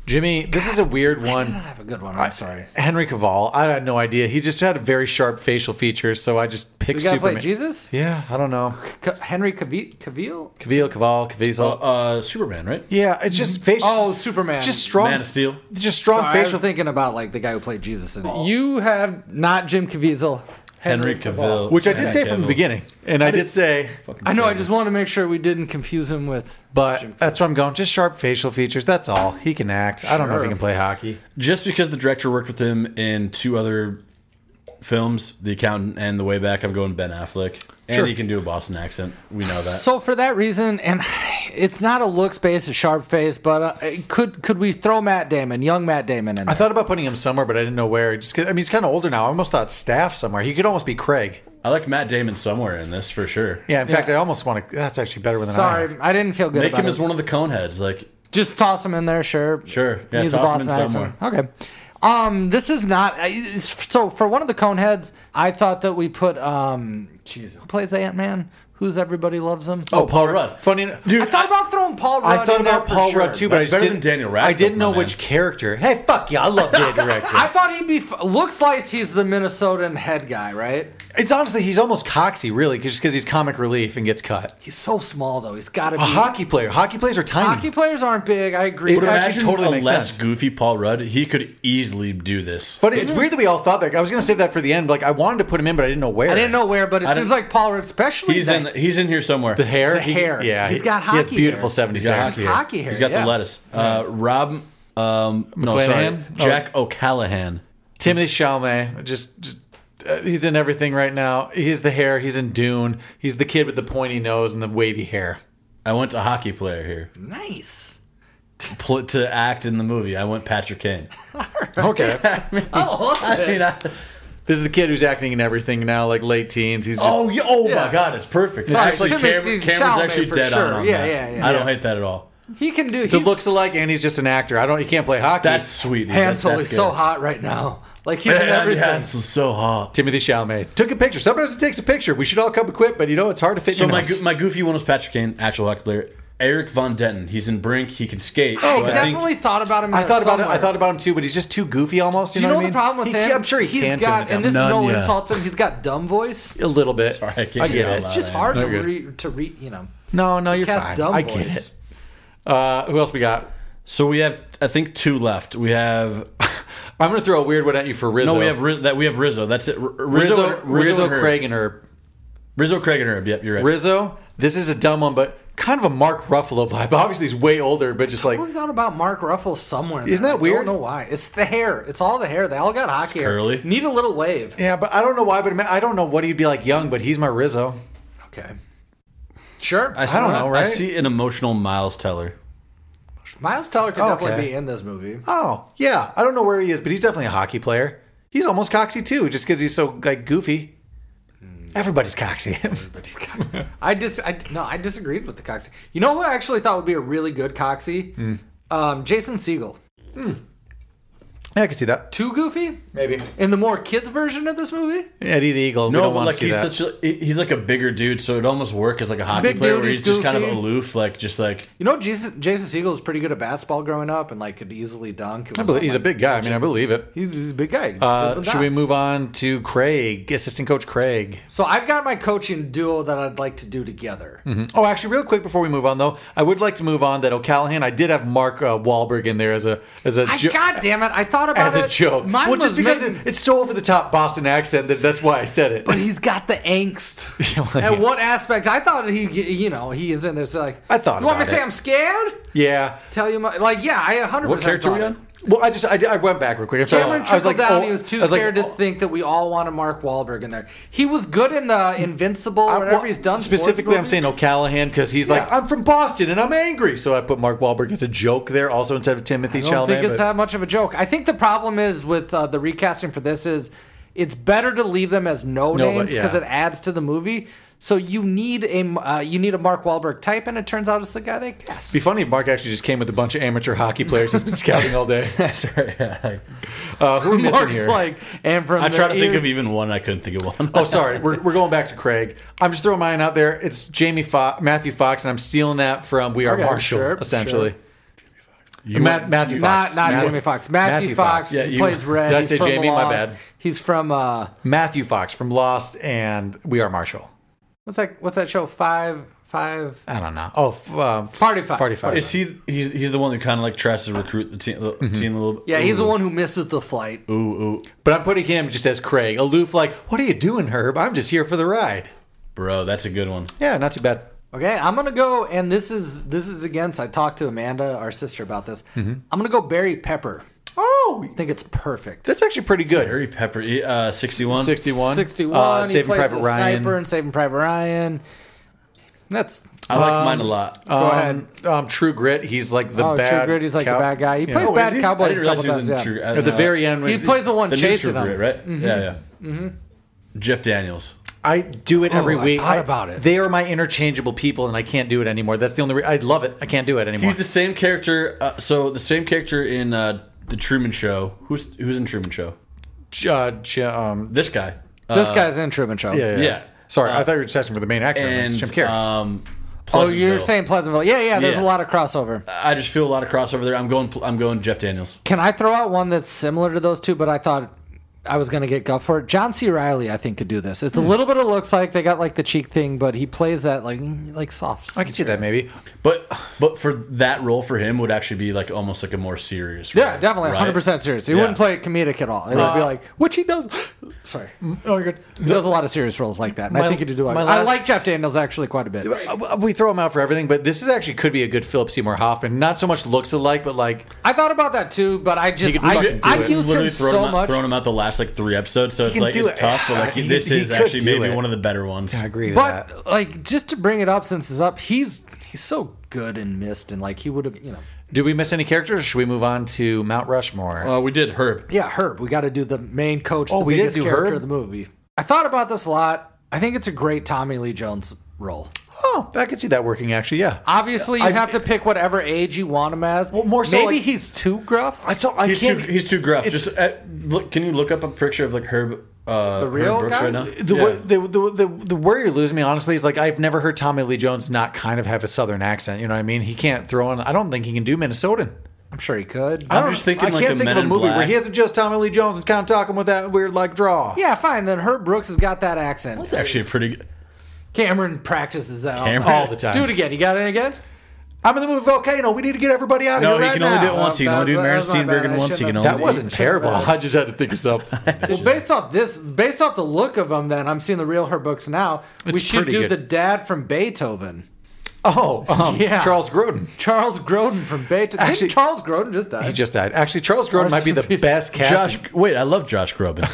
B: Jimmy, this is a weird
D: I
B: one.
D: have a good one. I'm sorry.
B: Henry Cavill. I had no idea. He just had a very sharp facial features, so I just picked
D: We gotta
B: Superman.
D: play Jesus.
B: Yeah, I don't know.
D: Ca- Henry Cavill. Cavill?
B: Cavill, Cavill, Caviezel.
C: Uh, uh, Superman, right?
B: Oh. yeah, it's just facial.
D: Oh, Superman.
B: Just strong.
C: Man of Steel.
B: Just strong
D: Sorry, I
B: facial.
D: was thinking about like the guy who played Jesus in it. You have not Jim Caviezel.
C: Henry Cavill.
B: which I did say from the
C: Cavill.
B: beginning, and I did say,
C: Fucking
D: I know. I
C: Superman.
D: just want to make sure we didn't confuse him with.
B: but that's where I'm going. Just sharp facial features. That's all. He can act. I don't know if he
D: Sure.
B: can play hockey.
C: just because the director worked with him in two other films, The Accountant and The Way Back. I'm going Ben Affleck, and
B: Sure.
C: he can do a Boston accent. We know that.
D: So for that reason, and it's not a looks based, a sharp face, but uh, it could could we throw Matt Damon, young Matt Damon, in?
B: I
D: There?
B: thought about putting him somewhere, but I didn't know where. Just 'cause- I mean, he's kind of older now. I almost thought staff somewhere. He could almost be Craig.
C: I like Matt Damon somewhere in this for sure.
B: Yeah, in fact, I almost want to. That's actually better than I.
D: Sorry,
B: have.
D: I didn't feel good
C: Make
D: about
C: him
D: it.
C: as one of the Coneheads. Like
D: Just toss him in there, sure.
C: Sure. Yeah,
D: Use the
C: toss him
D: Boston
C: in
D: accent. Okay. Um, this is not I- it's- so. For one of the Coneheads, I thought that we put um, jeez, who plays Ant Man? Who's everybody loves him?
C: oh, Paul Rudd.
B: Funny, enough-
D: I thought about throwing Paul Rudd.
B: I thought
D: in there
B: about
D: for
B: Paul
D: sure.
B: Rudd too, but I
C: That's
B: just
C: better
B: didn't,
C: than Daniel
B: I
C: Radcliffe,
B: didn't know
C: my
B: which
C: man.
B: character. Hey, fuck you! I love Daniel
D: I
B: Radcliffe.
D: thought he'd be f- looks like he's the Minnesotan head guy, right?
B: it's honestly he's almost coxy, really, just because he's comic relief and gets cut.
D: He's so small though. He's got to be.
B: A hockey player. Hockey players are tiny.
D: hockey players aren't big. I agree.
B: It
C: But
B: actually
C: imagine
B: totally
C: a
B: makes
C: less
B: sense.
C: goofy Paul Rudd. He could easily do this.
B: But it's weird that we all thought that. I was going to save that for the end. But like, I wanted to put him in, but I didn't know where.
D: I didn't know where, but it
C: I
D: seems
C: don't-
D: like Paul Rudd, especially
C: He's
D: that-
C: in. He's in here somewhere.
B: the hair.
D: The
B: He-
D: hair.
B: yeah,
D: He's got
B: He has
D: hockey
B: beautiful
D: hair.
B: seventies
C: He's got
B: hair.
C: hockey.
D: hockey hair.
C: He's got
D: yeah.
C: the lettuce. Uh, Rob. Um, no, sorry.
B: McClanahan? Oh.
C: Jack O'Callahan.
B: Timothy Chalamet. Just, just uh, he's in everything right now. He's the hair. He's in Dune. He's the kid with the pointy nose and the wavy hair.
C: I went to hockey player here
D: Nice.
C: Pl- to act in the movie. I went Patrick Kane.
B: Okay.
D: I love it.
C: I mean, I,
B: This is the kid who's acting in everything now, like late teens. He's just
C: oh, yeah, oh
D: Yeah.
C: my God, it's perfect. It's
D: Sorry,
C: just like
D: Timothy
C: Cameron, Cameron's
D: Chalamet
C: actually
D: for
C: dead on
D: sure.
C: on
D: Yeah,
C: that.
D: yeah, yeah.
C: I don't hate that at all.
D: He can do.
B: It's a
D: he's-
B: looks alike, and he's just an actor. I don't. He can't play hockey.
C: That's sweet. dude.
D: Hansel
C: that's,
D: is
C: that's
D: so
C: good.
D: hot right now. Like he's in
C: Man,
D: everything.
C: Hansel's so hot.
B: Timothy Chalamet took a picture. Sometimes it takes a picture. We should all come equipped, but you know it's hard to fit.
C: So
B: in
C: my,
B: us.
C: go- my goofy one was Patrick Kane, actual hockey player. Eric Von Denton. He's in Brink. He
B: Oh,
C: can skate.
D: I
C: so I think-
D: Oh, definitely thought about him.
B: I thought about it. I
D: somewhere.
B: thought about him too, but he's just too goofy almost. You
D: Do you know,
B: what I
D: the
B: mean?
D: problem with
B: He-
D: him?
B: I'm sure he
D: He's
B: can
D: got,
B: tone
D: and
B: it
D: this
B: down.
D: is no
C: None, yeah.
D: insult to him. He's got dumb voice.
B: a little bit.
C: Sorry, I can't
B: I
C: say
B: get
C: it out
B: it.
C: loud.
D: It's just
C: yeah.
D: hard
B: No,
D: to
B: you're good.
D: re- to read. You know,
B: No, no, you're
D: cast
B: fine.
D: dumb
B: I get
D: voice.
B: it. Uh, who else we got?
C: So we have, I think, two left. We have
B: I'm gonna throw a weird one at you for Rizzo.
C: no, we have Ri- that we have Rizzo. That's it. R- Rizzo,
B: Rizzo, Rizzo,
C: Herb.
B: Craig, and Herb.
C: Rizzo, Craig, and Herb. Yep, you're right.
B: Rizzo. This is a dumb one, but kind of a Mark Ruffalo vibe. Obviously, he's way older, but just like
D: I thought about Mark Ruffalo somewhere. in
B: Isn't
D: there.
B: that
D: I
B: weird?
D: don't know why. It's the hair. It's all the hair. They all got hockey hair.
C: curly.
D: Need a little wave.
B: yeah. But I don't know why. But I don't know what he'd be like young. But he's my Rizzo.
D: Okay. Sure.
B: I don't know,
C: I
B: right?
C: see an emotional Miles Teller.
D: Miles Teller could definitely
B: Okay.
D: be in this movie.
B: Oh yeah, I don't know where he is, but he's definitely a hockey player. He's almost coxy too, just because he's so like goofy. Hmm. Everybody's coxy.
D: I dis I no, I disagreed with the Coxie. You know who I actually thought would be a really good Coxie?
B: Hmm.
D: Um, Jason Siegel.
B: yeah, I can see that.
D: Too goofy?
B: Maybe
D: In the more kids version of this movie?
B: Eddie the Eagle. we
C: No,
B: don't
C: but
B: want
C: like
B: to see
C: he's
B: that.
C: such a he- he's like a bigger dude, so it almost work as like a hockey
D: Big
C: player
D: dude,
C: where he's,
D: he's
C: just kind of
D: goofy.
C: aloof, like just like
D: You know, Jason, Jason Siegel was pretty good at basketball growing up and like could easily dunk. It
B: I
D: was
B: believe,
D: not,
B: he's a
D: like-
B: big guy. I mean, I believe it.
D: He's, he's a big guy.
B: Uh, should we move on to Craig, assistant coach Craig?
D: So I've got my coaching duo that I'd like to do together.
B: Oh, actually, real quick before we move on, though, I would like to move on that O'Callahan. I did have Mark uh, Wahlberg in there as a as a
D: I,
B: jo-
D: God damn it! I thought about
B: as
D: it.
B: a joke.
D: Mine
B: well, just
D: was
B: because
D: made-
B: it, it's so over the top Boston accent that that's why I said it.
D: but he's got the angst.
B: Yeah, well,
D: At
B: yeah.
D: what aspect? I thought he, you know, he is in there. So like,
B: I thought
D: You want me to
B: about
D: say
B: it.
D: I'm scared?
B: yeah.
D: Tell you my like, yeah, I 100.
C: what character we
D: thought
C: done?
D: it.
B: Well, I just I, I went back real quick. I'm sorry.
D: Cameron
B: I was
D: trickled
B: like,
D: down.
B: oh,
D: he was too
B: I like,
D: scared
B: oh,
D: to think that we all wanted Mark Wahlberg in there. He was good in the Invincible, or
B: I-
D: whatever
B: well,
D: he's done. sports
B: specifically, I'm
D: movies.
B: saying O'Callahan because he's like,
D: Yeah.
B: I'm from Boston and I'm angry. So I put Mark Wahlberg as a joke there, also instead of Timothy
D: I don't
B: Chalamet.
D: think it's
B: but-
D: that much of a joke. I think the problem is with uh, the recasting for this is it's better to leave them as no,
B: No, but-
D: names because
B: yeah.
D: it adds to the movie. So you need a uh, you need a Mark Wahlberg type, and it turns out it's the guy they cast.
B: Be funny if Mark actually just came with a bunch of amateur hockey players he's been scouting all day.
C: That's right. yeah, like-
B: Uh, who are we missing
D: Mark's
B: here?
D: like, and from
C: I
D: the
C: tried to think
D: ear-
C: of even one. I couldn't think of one.
B: oh, sorry, we're, we're going back to Craig. I'm just throwing mine out there. It's Jamie Fo- Matthew Fox, and I'm stealing that from We Are
D: Okay,
B: Marshall,
D: sure,
B: essentially.
D: sure.
C: You
B: Ma-
C: went-
B: Matthew Fox,
D: Not not
B: Matthew-
D: Jamie Fox. Matthew,
B: Matthew Fox.
D: Fox,
B: Yeah,
C: you-
D: plays Red.
B: Did I
D: He's
B: say
D: from The
B: Jamie? My
D: Lost.
B: bad.
D: He's from uh,
B: Matthew Fox from Lost and We Are Marshall.
D: what's that? What's that show? Five five.
B: I don't know. Oh, f- uh,
D: Party Fox.
B: Party Fox.
C: Is Mm-hmm. he? He's, he's the one that kind of like tries to recruit the team, the team a little.
D: Yeah, he's the
C: Ooh,
D: one who misses the flight.
C: Ooh, ooh,
B: But I'm putting him just as Craig, aloof, like, what are you doing, Herb? I'm just here for the ride.
C: bro, that's a good one.
B: Yeah, not too bad.
D: Okay, I'm gonna go, and this is this is against. I talked to Amanda, our sister, about this.
C: Mm-hmm.
D: I'm gonna go Barry Pepper.
B: Oh,
D: I think it's perfect.
B: that's actually pretty good.
C: Barry Pepper, he- uh, sixty-one.
B: 61.
D: 61.
B: Uh,
D: he
B: Saving
D: plays
B: Private
D: the
B: Ryan.
D: Sniper and Saving Private Ryan. That's
C: I like mine a lot.
D: go ahead.
B: Um, um, True Grit, he's like the
D: Oh, True
B: bad.
D: Grit, he's like the
B: cow-
D: bad guy. He
B: Yeah.
D: plays
C: Oh,
D: bad
C: is he?
D: cowboy
C: I didn't
D: a
C: realize
D: couple
C: he was
D: times,
C: in
D: yeah.
C: True- I
B: At
C: didn't
B: the
C: know.
B: very end, when
D: He
B: he's-
D: plays the one
C: the new True
D: chasing
C: Grit,
D: him.
C: right? Yeah, yeah. Jeff Daniels.
B: I do it every
D: Oh, I
B: week.
D: thought about it.
B: They are my interchangeable people, and I can't do it anymore. That's the only. Re- I love it. I can't do it anymore.
C: He's the same character. Uh, so the same character in uh, the Truman Show. Who's who's in Truman Show?
D: uh,
B: judge. Um,
C: This guy. Uh,
D: This guy's in Truman Show.
B: yeah, yeah.
C: Yeah.
B: Sorry,
C: Uh,
B: I thought you were just asking for the main actor.
C: and
B: It's Jim Carrey.
C: um,
D: Oh,
C: Pleasantville.
D: you're saying Pleasantville? Yeah, yeah. There's
C: Yeah.
D: a lot of crossover.
C: I just feel a lot of crossover there. I'm going. I'm going Jeff Daniels.
D: Can I throw out one that's similar to those two, but I thought I was going to get guff for it? John C. Riley, I think, could do this.
C: Hmm.
D: It's a little bit of looks like they got like the cheek thing, but he plays that like like soft.
B: I can see that maybe.
C: But but for that role for him would actually be like almost like a more serious.
D: yeah,
C: role,
D: definitely,
C: right?
D: hundred percent serious. He
C: Yeah.
D: wouldn't play it comedic at all. It would be
B: Uh,
D: like, which he does. Sorry,
B: Oh, you're good.
D: he does a lot of serious roles like that. And
B: My-
D: I think he could do it.
B: my
D: I
B: last-
D: like Jeff Daniels actually quite a bit.
B: Uh, We throw him out for everything, but this is actually could be a good Philip Seymour Hoffman. Not so much looks alike, but like
D: I thought about that too, but I just
B: could
D: I,
B: fucking do
D: I
B: it.
D: used
C: Literally
D: him
C: thrown
D: so
C: him out,
D: much.
C: thrown him out the last like three episodes, so it's
B: can
C: like
B: do
C: it's
B: it.
C: tough. But like
B: He-
C: this
B: he
C: is
B: could
C: actually
B: do
C: maybe
B: it.
C: one of the better ones.
B: I agree with
D: But
B: that.
D: like just to bring it up since it's up, he's he's so good and missed and like he would have you know
B: Did we miss any characters? Or should we move on to Mount Rushmore?
C: Uh, we did Herb.
D: Yeah, Herb. We got to do the main coach,
B: Oh,
D: the
B: we did
D: biggest
B: do
D: character
B: Herb?
D: of the movie. I thought about this a lot. I think it's a great Tommy Lee Jones role.
B: oh, I could see that working actually. Yeah.
D: Obviously, you
B: I-
D: have to pick whatever age you want him as.
B: Well, more so,
D: maybe
B: like-
D: he's too gruff.
B: I don't. I
C: He's too,
B: can't.
C: he's too gruff. Just uh, look, can you look up a picture of like Herb? Uh, the
D: real
C: Brooks
D: guy?
C: right now.
B: the,
C: Yeah.
B: wor- the, the, the, the where you're losing me, honestly, is like I've never heard Tommy Lee Jones not kind of have a southern accent. You know what I mean? He can't throw in. I don't think he can do Minnesotan.
D: I'm sure he could.
B: I
C: I'm
B: don't-
C: just thinking
B: I
C: like
B: can't
C: a
B: think
C: Men
B: of a
C: in
B: movie where
C: Black.
B: he has just Tommy Lee Jones and kind of talking with that weird like draw.
D: yeah, fine. Then Herb Brooks has got that accent.
C: That's actually a pretty. good...
D: Cameron practices that all the
C: Cameron?
D: time.
B: All the time.
D: Do it again. You got it again?
B: I'm in the movie Volcano. We need to get everybody out of
C: No,
B: here
C: he
B: right
C: can only do it
B: now.
C: once. He can
D: That
C: only do
D: was-
C: Maren
D: that was my bad.
C: Steenburgen
D: I
C: once. He can only.
D: shouldn't have
B: That
D: done
C: do-
B: wasn't terrible. I just had to think of something.
D: Well, based off this, based off the look of him, then I'm seeing the real Herb Brooks now. we
B: It's
D: should
B: pretty
D: do
B: good.
D: the dad from Beethoven,
B: oh, um,
D: Yeah.
B: Charles Grodin.
D: Charles Grodin from Beethoven.
B: Actually-
D: Actually, Charles Grodin just died.
B: He just died. Actually, Charles Grodin might be the
D: Rest in peace.
B: best
C: Josh,
B: casting.
C: wait, I love Josh Groban.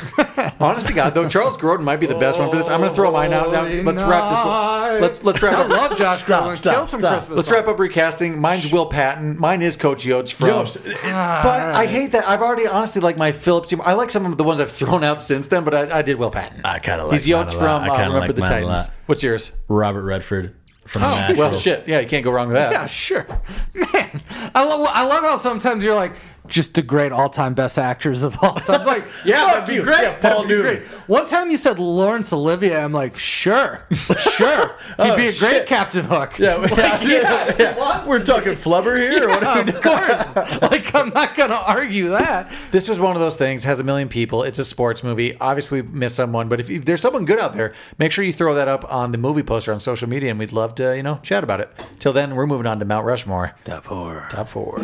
B: Honest to God, though, Charles Grodin might be the best one for this. I'm going to throw mine out now.
D: Holy
B: Let's wrap this
D: night.
B: one. Let's let's wrap
D: I
B: up.
D: love Josh
C: Stop,
D: Grodin.
C: stop,
D: Kill some
C: stop.
D: Christmas.
B: Let's wrap up recasting. Mine's Will Patton. Mine is Coach Yodes from.
C: Yost. ah.
B: But I hate that. I've already honestly like my Phillips. humor. I like some of the ones I've thrown out since then, but I, I did Will Patton.
C: I kinda like
B: He's
C: mine
B: Yodes
C: a lot.
B: from
C: I
B: uh,
C: kinda
B: Remember
C: like
B: the
C: mine a
B: Titans.
C: lot.
B: What's yours?
C: Robert Redford from Nashville.
B: Oh, Well, shit. Yeah, you can't go wrong with that.
D: Yeah, sure. Man, I, lo- I love how sometimes you're like, just degrade all time best actors of all time. Like, yeah,
C: Fuck
D: that'd be
C: you.
D: great.
C: Yeah, Paul
D: that'd be
C: Newman.
D: great. One time you said Lawrence Olivier. I'm like, sure, sure. He'd be a great
C: Oh, shit.
D: Captain Hook.
C: Yeah, yeah, yeah, yeah. We're talking flubber here. or what are we
D: of course. like, I'm not going to argue that.
B: This was one of those things. Has a million people. It's a sports movie. Obviously, we missed someone, but if, if there's someone good out there, make sure you throw that up on the movie poster on social media, and we'd love to, you know, chat about it. Till then, we're moving on to Mount Rushmore. Top four. Top four.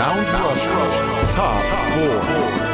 A: Mount Rushmore. Top four.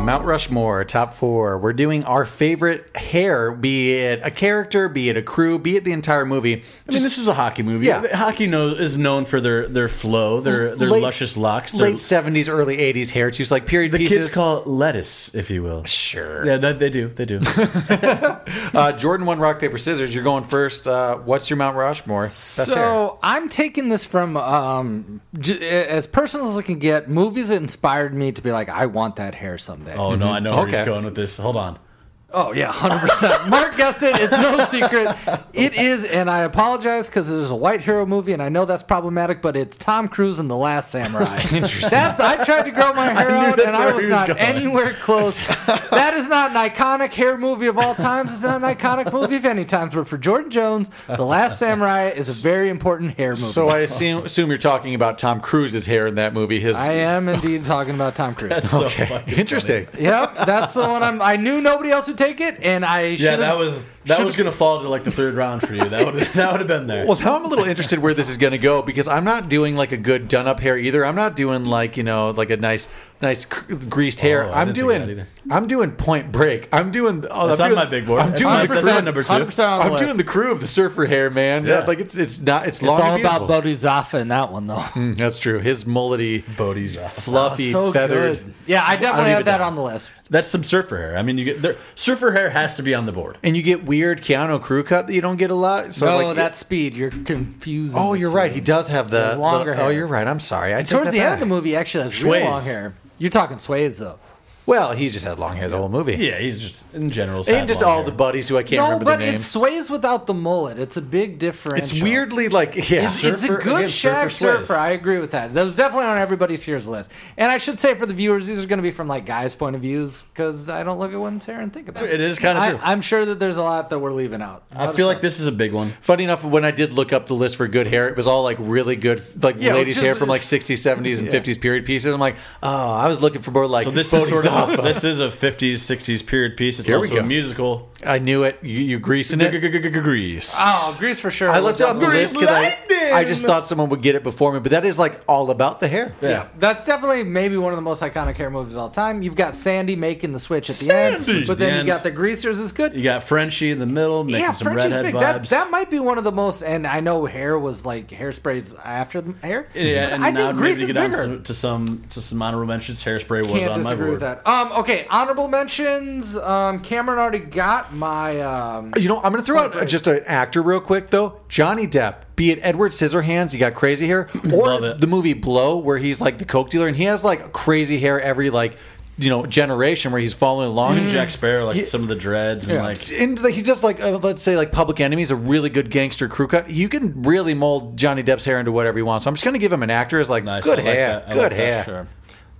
B: Mount Rushmore, top four. We're doing our favorite hair, be it a character, be it a crew, be it the entire movie.
C: I mean, this is a hockey movie.
B: Yeah.
C: Hockey knows, is known for their, their flow, their their
B: Late-
C: luscious locks. Their,
B: Late 70s, early 80s hair, too. So, like, period
C: the
B: pieces.
C: kids call it lettuce, if you will.
B: Sure.
C: Yeah, that, they do. They do.
B: Uh, Jordan won rock, paper, scissors. You're going first. Uh, what's your Mount Rushmore? Best hair.
D: so I'm taking this from um, j- as personal as it can get. Movies that inspired me to be like, I want that hair someday.
C: oh no, I know where he's
B: Okay.
C: going with this. Hold on.
D: Oh yeah, hundred percent. Mark guessed it. It's no secret. It is, and I apologize because it is a white hero movie, and I know that's problematic. But it's Tom Cruise in The Last Samurai. Interesting. That's I tried to grow my hair
C: knew
D: out,
C: that's
D: and I
C: where
D: was
C: he was
D: not
C: going.
D: anywhere close. that is not an iconic hair movie of all times. It's not an iconic movie of any times. But for Jordan Jones, The Last Samurai is a very important hair movie.
B: So I assume, assume you're talking about Tom Cruise's hair in that movie. His
D: I am indeed talking about Tom Cruise.
C: That's so
B: Okay.
C: fucking
B: interesting.
D: yep, that's the one. I'm, I knew nobody else would take it, and I
C: Yeah,
D: should've-
C: that was that was gonna fall to like the third round for you. That would that would have been there.
B: Well, now I'm a little interested where this is going to go because I'm not doing like a good done up hair either. I'm not doing like you know like a nice nice cr- greased hair.
C: Oh, I
B: I'm
C: didn't think of that
B: doing
C: either.
B: I'm doing Point Break. I'm doing oh,
C: That's
B: I'm
C: on
B: doing-
C: my big board.
B: I'm
C: That's
B: doing
C: my-
B: the
C: that's
B: crew.
C: my number two.
D: 100% on the
B: I'm
D: list.
B: doing the crew of the surfer hair, man.
C: Yeah.
B: Yeah, like it's it's not it's long.
D: It's all
B: and beautiful.
D: about Bodhisattva in that one, though.
B: Mm, That's true. His mullety,
D: Oh,
C: Bodhi's
B: fluffy, feathered.
D: Yeah, I definitely
C: leave
D: had
C: it
D: that
C: down.
D: on the list.
C: That's some surfer hair. I mean, you get there. Surfer hair has to be on the board.
B: And you get weird Keanu crew cut that you don't get a lot. So
D: No,
B: like,
D: that speed. You're confusing.
B: Oh,
D: the
B: you're
D: two.
B: right. He does have the
D: There's longer
B: the-
D: hair.
B: Oh, you're right. I'm sorry. I take
D: Towards
B: that
D: the end of the
B: back.
D: movie, he actually has really
C: Sways.
D: long hair. You're talking sways though.
B: Well, he just had long hair the whole movie.
C: Yeah, he's just in general.
B: And just all the buddies who I can't
D: No,
B: remember
D: but
B: the name.
D: it's sways without the mullet. It's a big difference.
B: It's weirdly like yeah.
D: It's a
C: Surfer-
D: good
C: again,
D: Shaq
C: surfer
D: surfer.
C: sways.
D: I agree with that. That was definitely on everybody's here's list. And I should say for the viewers, these are going to be from like guys' point of views because I don't look at one's hair and think about it.
C: It is kinda
D: I-
C: true.
D: I'm sure that there's a lot that we're leaving out.
C: I feel like this is a big one.
B: Funny enough, when I did look up the list for good hair, it was all like really good, like
D: Yeah, it was
B: ladies'
D: just-
B: hair from like 60s, 70s, and 50s period pieces. I'm like, oh, I was looking for more like.
C: So this is sort of
B: Bodhisattva.
C: a, this is a 50s 60s period piece. It's
B: Here we
C: also a
B: go.
C: musical.
B: I knew it. You, you greasing it.
C: Grease.
D: Oh, Grease for sure.
B: I left it off the
D: Grease.
B: list because I,
C: lightning.
B: I just thought someone would get it before me, but that is like all about the hair.
C: Yeah.
D: That's definitely maybe one of the most iconic hair movies of all time. You've got Sandy making the switch at the
C: Sandy!
D: end, but then
C: The
D: you
C: end.
D: got the greasers is good.
C: You got Frenchie in the middle making
D: yeah,
C: some
D: Frenchie's
C: redhead
D: big.
C: vibes.
D: That that might be one of the most. And I know hair was like hairsprays after the hair.
C: yeah, and
D: I
C: now
D: think Grease
C: maybe
D: is
C: to get on
D: bigger.
C: some, to some to some honorable mentions. Hairspray was
D: Can't
C: on my
D: disagree
C: board.
D: with that. Um, okay, honorable mentions. Um, Cameron already got not my. Um,
B: You know, I'm going to throw
C: Oh,
B: out just an actor real quick though. Johnny Depp, be it Edward Scissorhands, he got crazy hair,
C: Love
B: or
C: it.
B: the movie Blow, where he's like the coke dealer, and he has like crazy hair every like you know generation where he's following along.
C: Jack Sparrow, like some of the dreads and
D: Mm. Yeah.
C: like
B: And like, he does like uh, let's say like Public Enemies, a really good gangster crew cut. You can really mold Johnny Depp's hair into whatever you want. So I'm just going to give him an actor as like
C: nice.
B: good
C: I like
B: hair,
C: that. I
B: good
C: like that,
B: hair.
C: sure.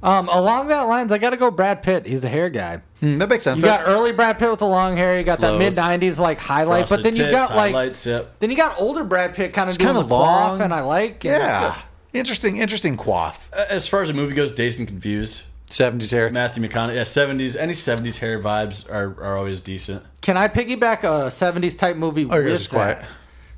D: um, along that lines, I got to go Brad Pitt. He's a hair guy.
B: Hmm, that makes sense.
D: You
B: right?
D: got early Brad Pitt with the long hair. You got that
C: Flows.
D: mid '90s like highlight, but
C: Frosted
D: then you
C: tips,
D: got like
C: highlights, yep.
D: then you got older Brad Pitt kind of doing
B: kind
D: the
B: of long,
D: long, and I like. and it's
B: yeah, interesting, interesting quaff.
C: As far as the movie goes, Dazed and Confused,
B: 70s hair.
C: Matthew McConaughey, yeah, seventies, any seventies hair vibes are, are always decent.
D: good. Can I piggyback a '70s type movie
B: Oh,
D: with
B: you're just
D: that?
B: quiet.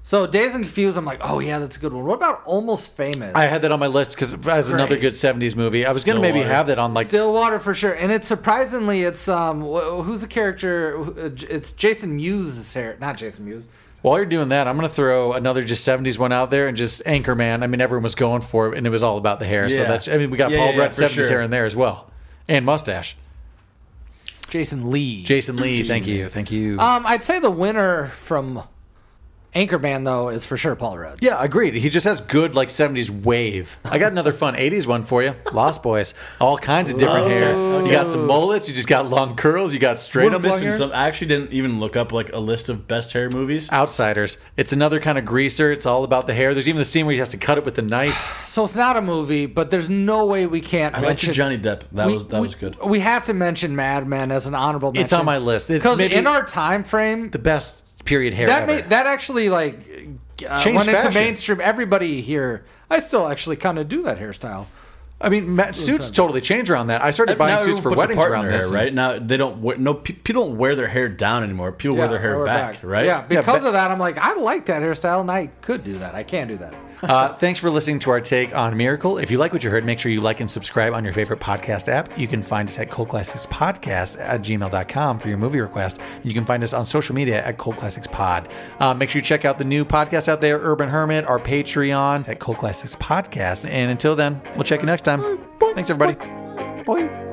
D: So Days and Confused, I'm like, oh yeah, that's a good one. What about Almost Famous?
B: I had that on my list because as another
D: Great.
B: good '70s movie, I was going to maybe
C: Stillwater.
B: have that on like
D: Stillwater for sure, and it's surprisingly, it's um, wh- who's the character? Uh, J- It's Jason Mewes' hair, not Jason Mewes.
B: While you're doing that, I'm going to throw another just 70s one out there and just Anchorman. I mean, everyone was going for it, and it was all about the hair. So
C: Yeah.
B: that's, I mean, we got
C: Yeah,
B: Paul
C: yeah, yeah,
B: Rudd
C: for
B: 70s hair
C: sure.
B: in there as well, and mustache.
D: Jason Lee.
B: Jason Lee, thank you, thank you.
C: Uh,
D: um, I'd say the winner from Anchorman though is for sure Paul Rudd.
B: yeah, agreed. He just has good like 70s wave. I got another fun 80s one for you. Lost Boys, all kinds of different hair. You got some mullets, you just got long curls, you got straight
C: Oh. We're
B: up long
C: missing
B: hair.
C: some. I actually didn't even look up like a list of best hair movies.
B: Outsiders. It's another kind of greaser. It's all about the hair. There's even the scene where he has to cut it with the knife.
D: So it's not a movie, but there's no way we can't.
C: I liked your Johnny Depp. That was that
D: we,
C: was good.
D: We have to mention Mad Men as an honorable. Mention
B: It's on my list. It's
D: because
B: maybe
D: in our time frame,
B: the best period hair
D: that
B: ever.
D: made, that actually like uh,
B: Changed
D: went into
B: fashion.
D: mainstream. Everybody here, I still actually kind of do that hairstyle.
B: I mean, ma- suits totally changed around that. I started buying
C: everyone
B: suits for
C: puts a
B: weddings
C: part in
B: around
C: their
B: this.
C: hair, right now they don't wear, no pe- people don't wear their hair down anymore. People wear their
D: I
C: hair
D: wear it
C: back, right?
D: Yeah, because
B: ba-
D: of that, I'm like, I like that hairstyle, and I could do that. I can do that.
B: Uh, thanks for listening to our take on Miracle. If you like what you heard, make sure you like and subscribe on your favorite podcast app. You can find us at Cold Classics Podcast at gmail.com for your movie request. And you can find us on social media at Cold Classics Pod. Uh, make sure you check out the new podcast out there, Urban Hermit, our Patreon at Cold Classics Podcast. And until then, we'll check you next time. Thanks, everybody. Bye.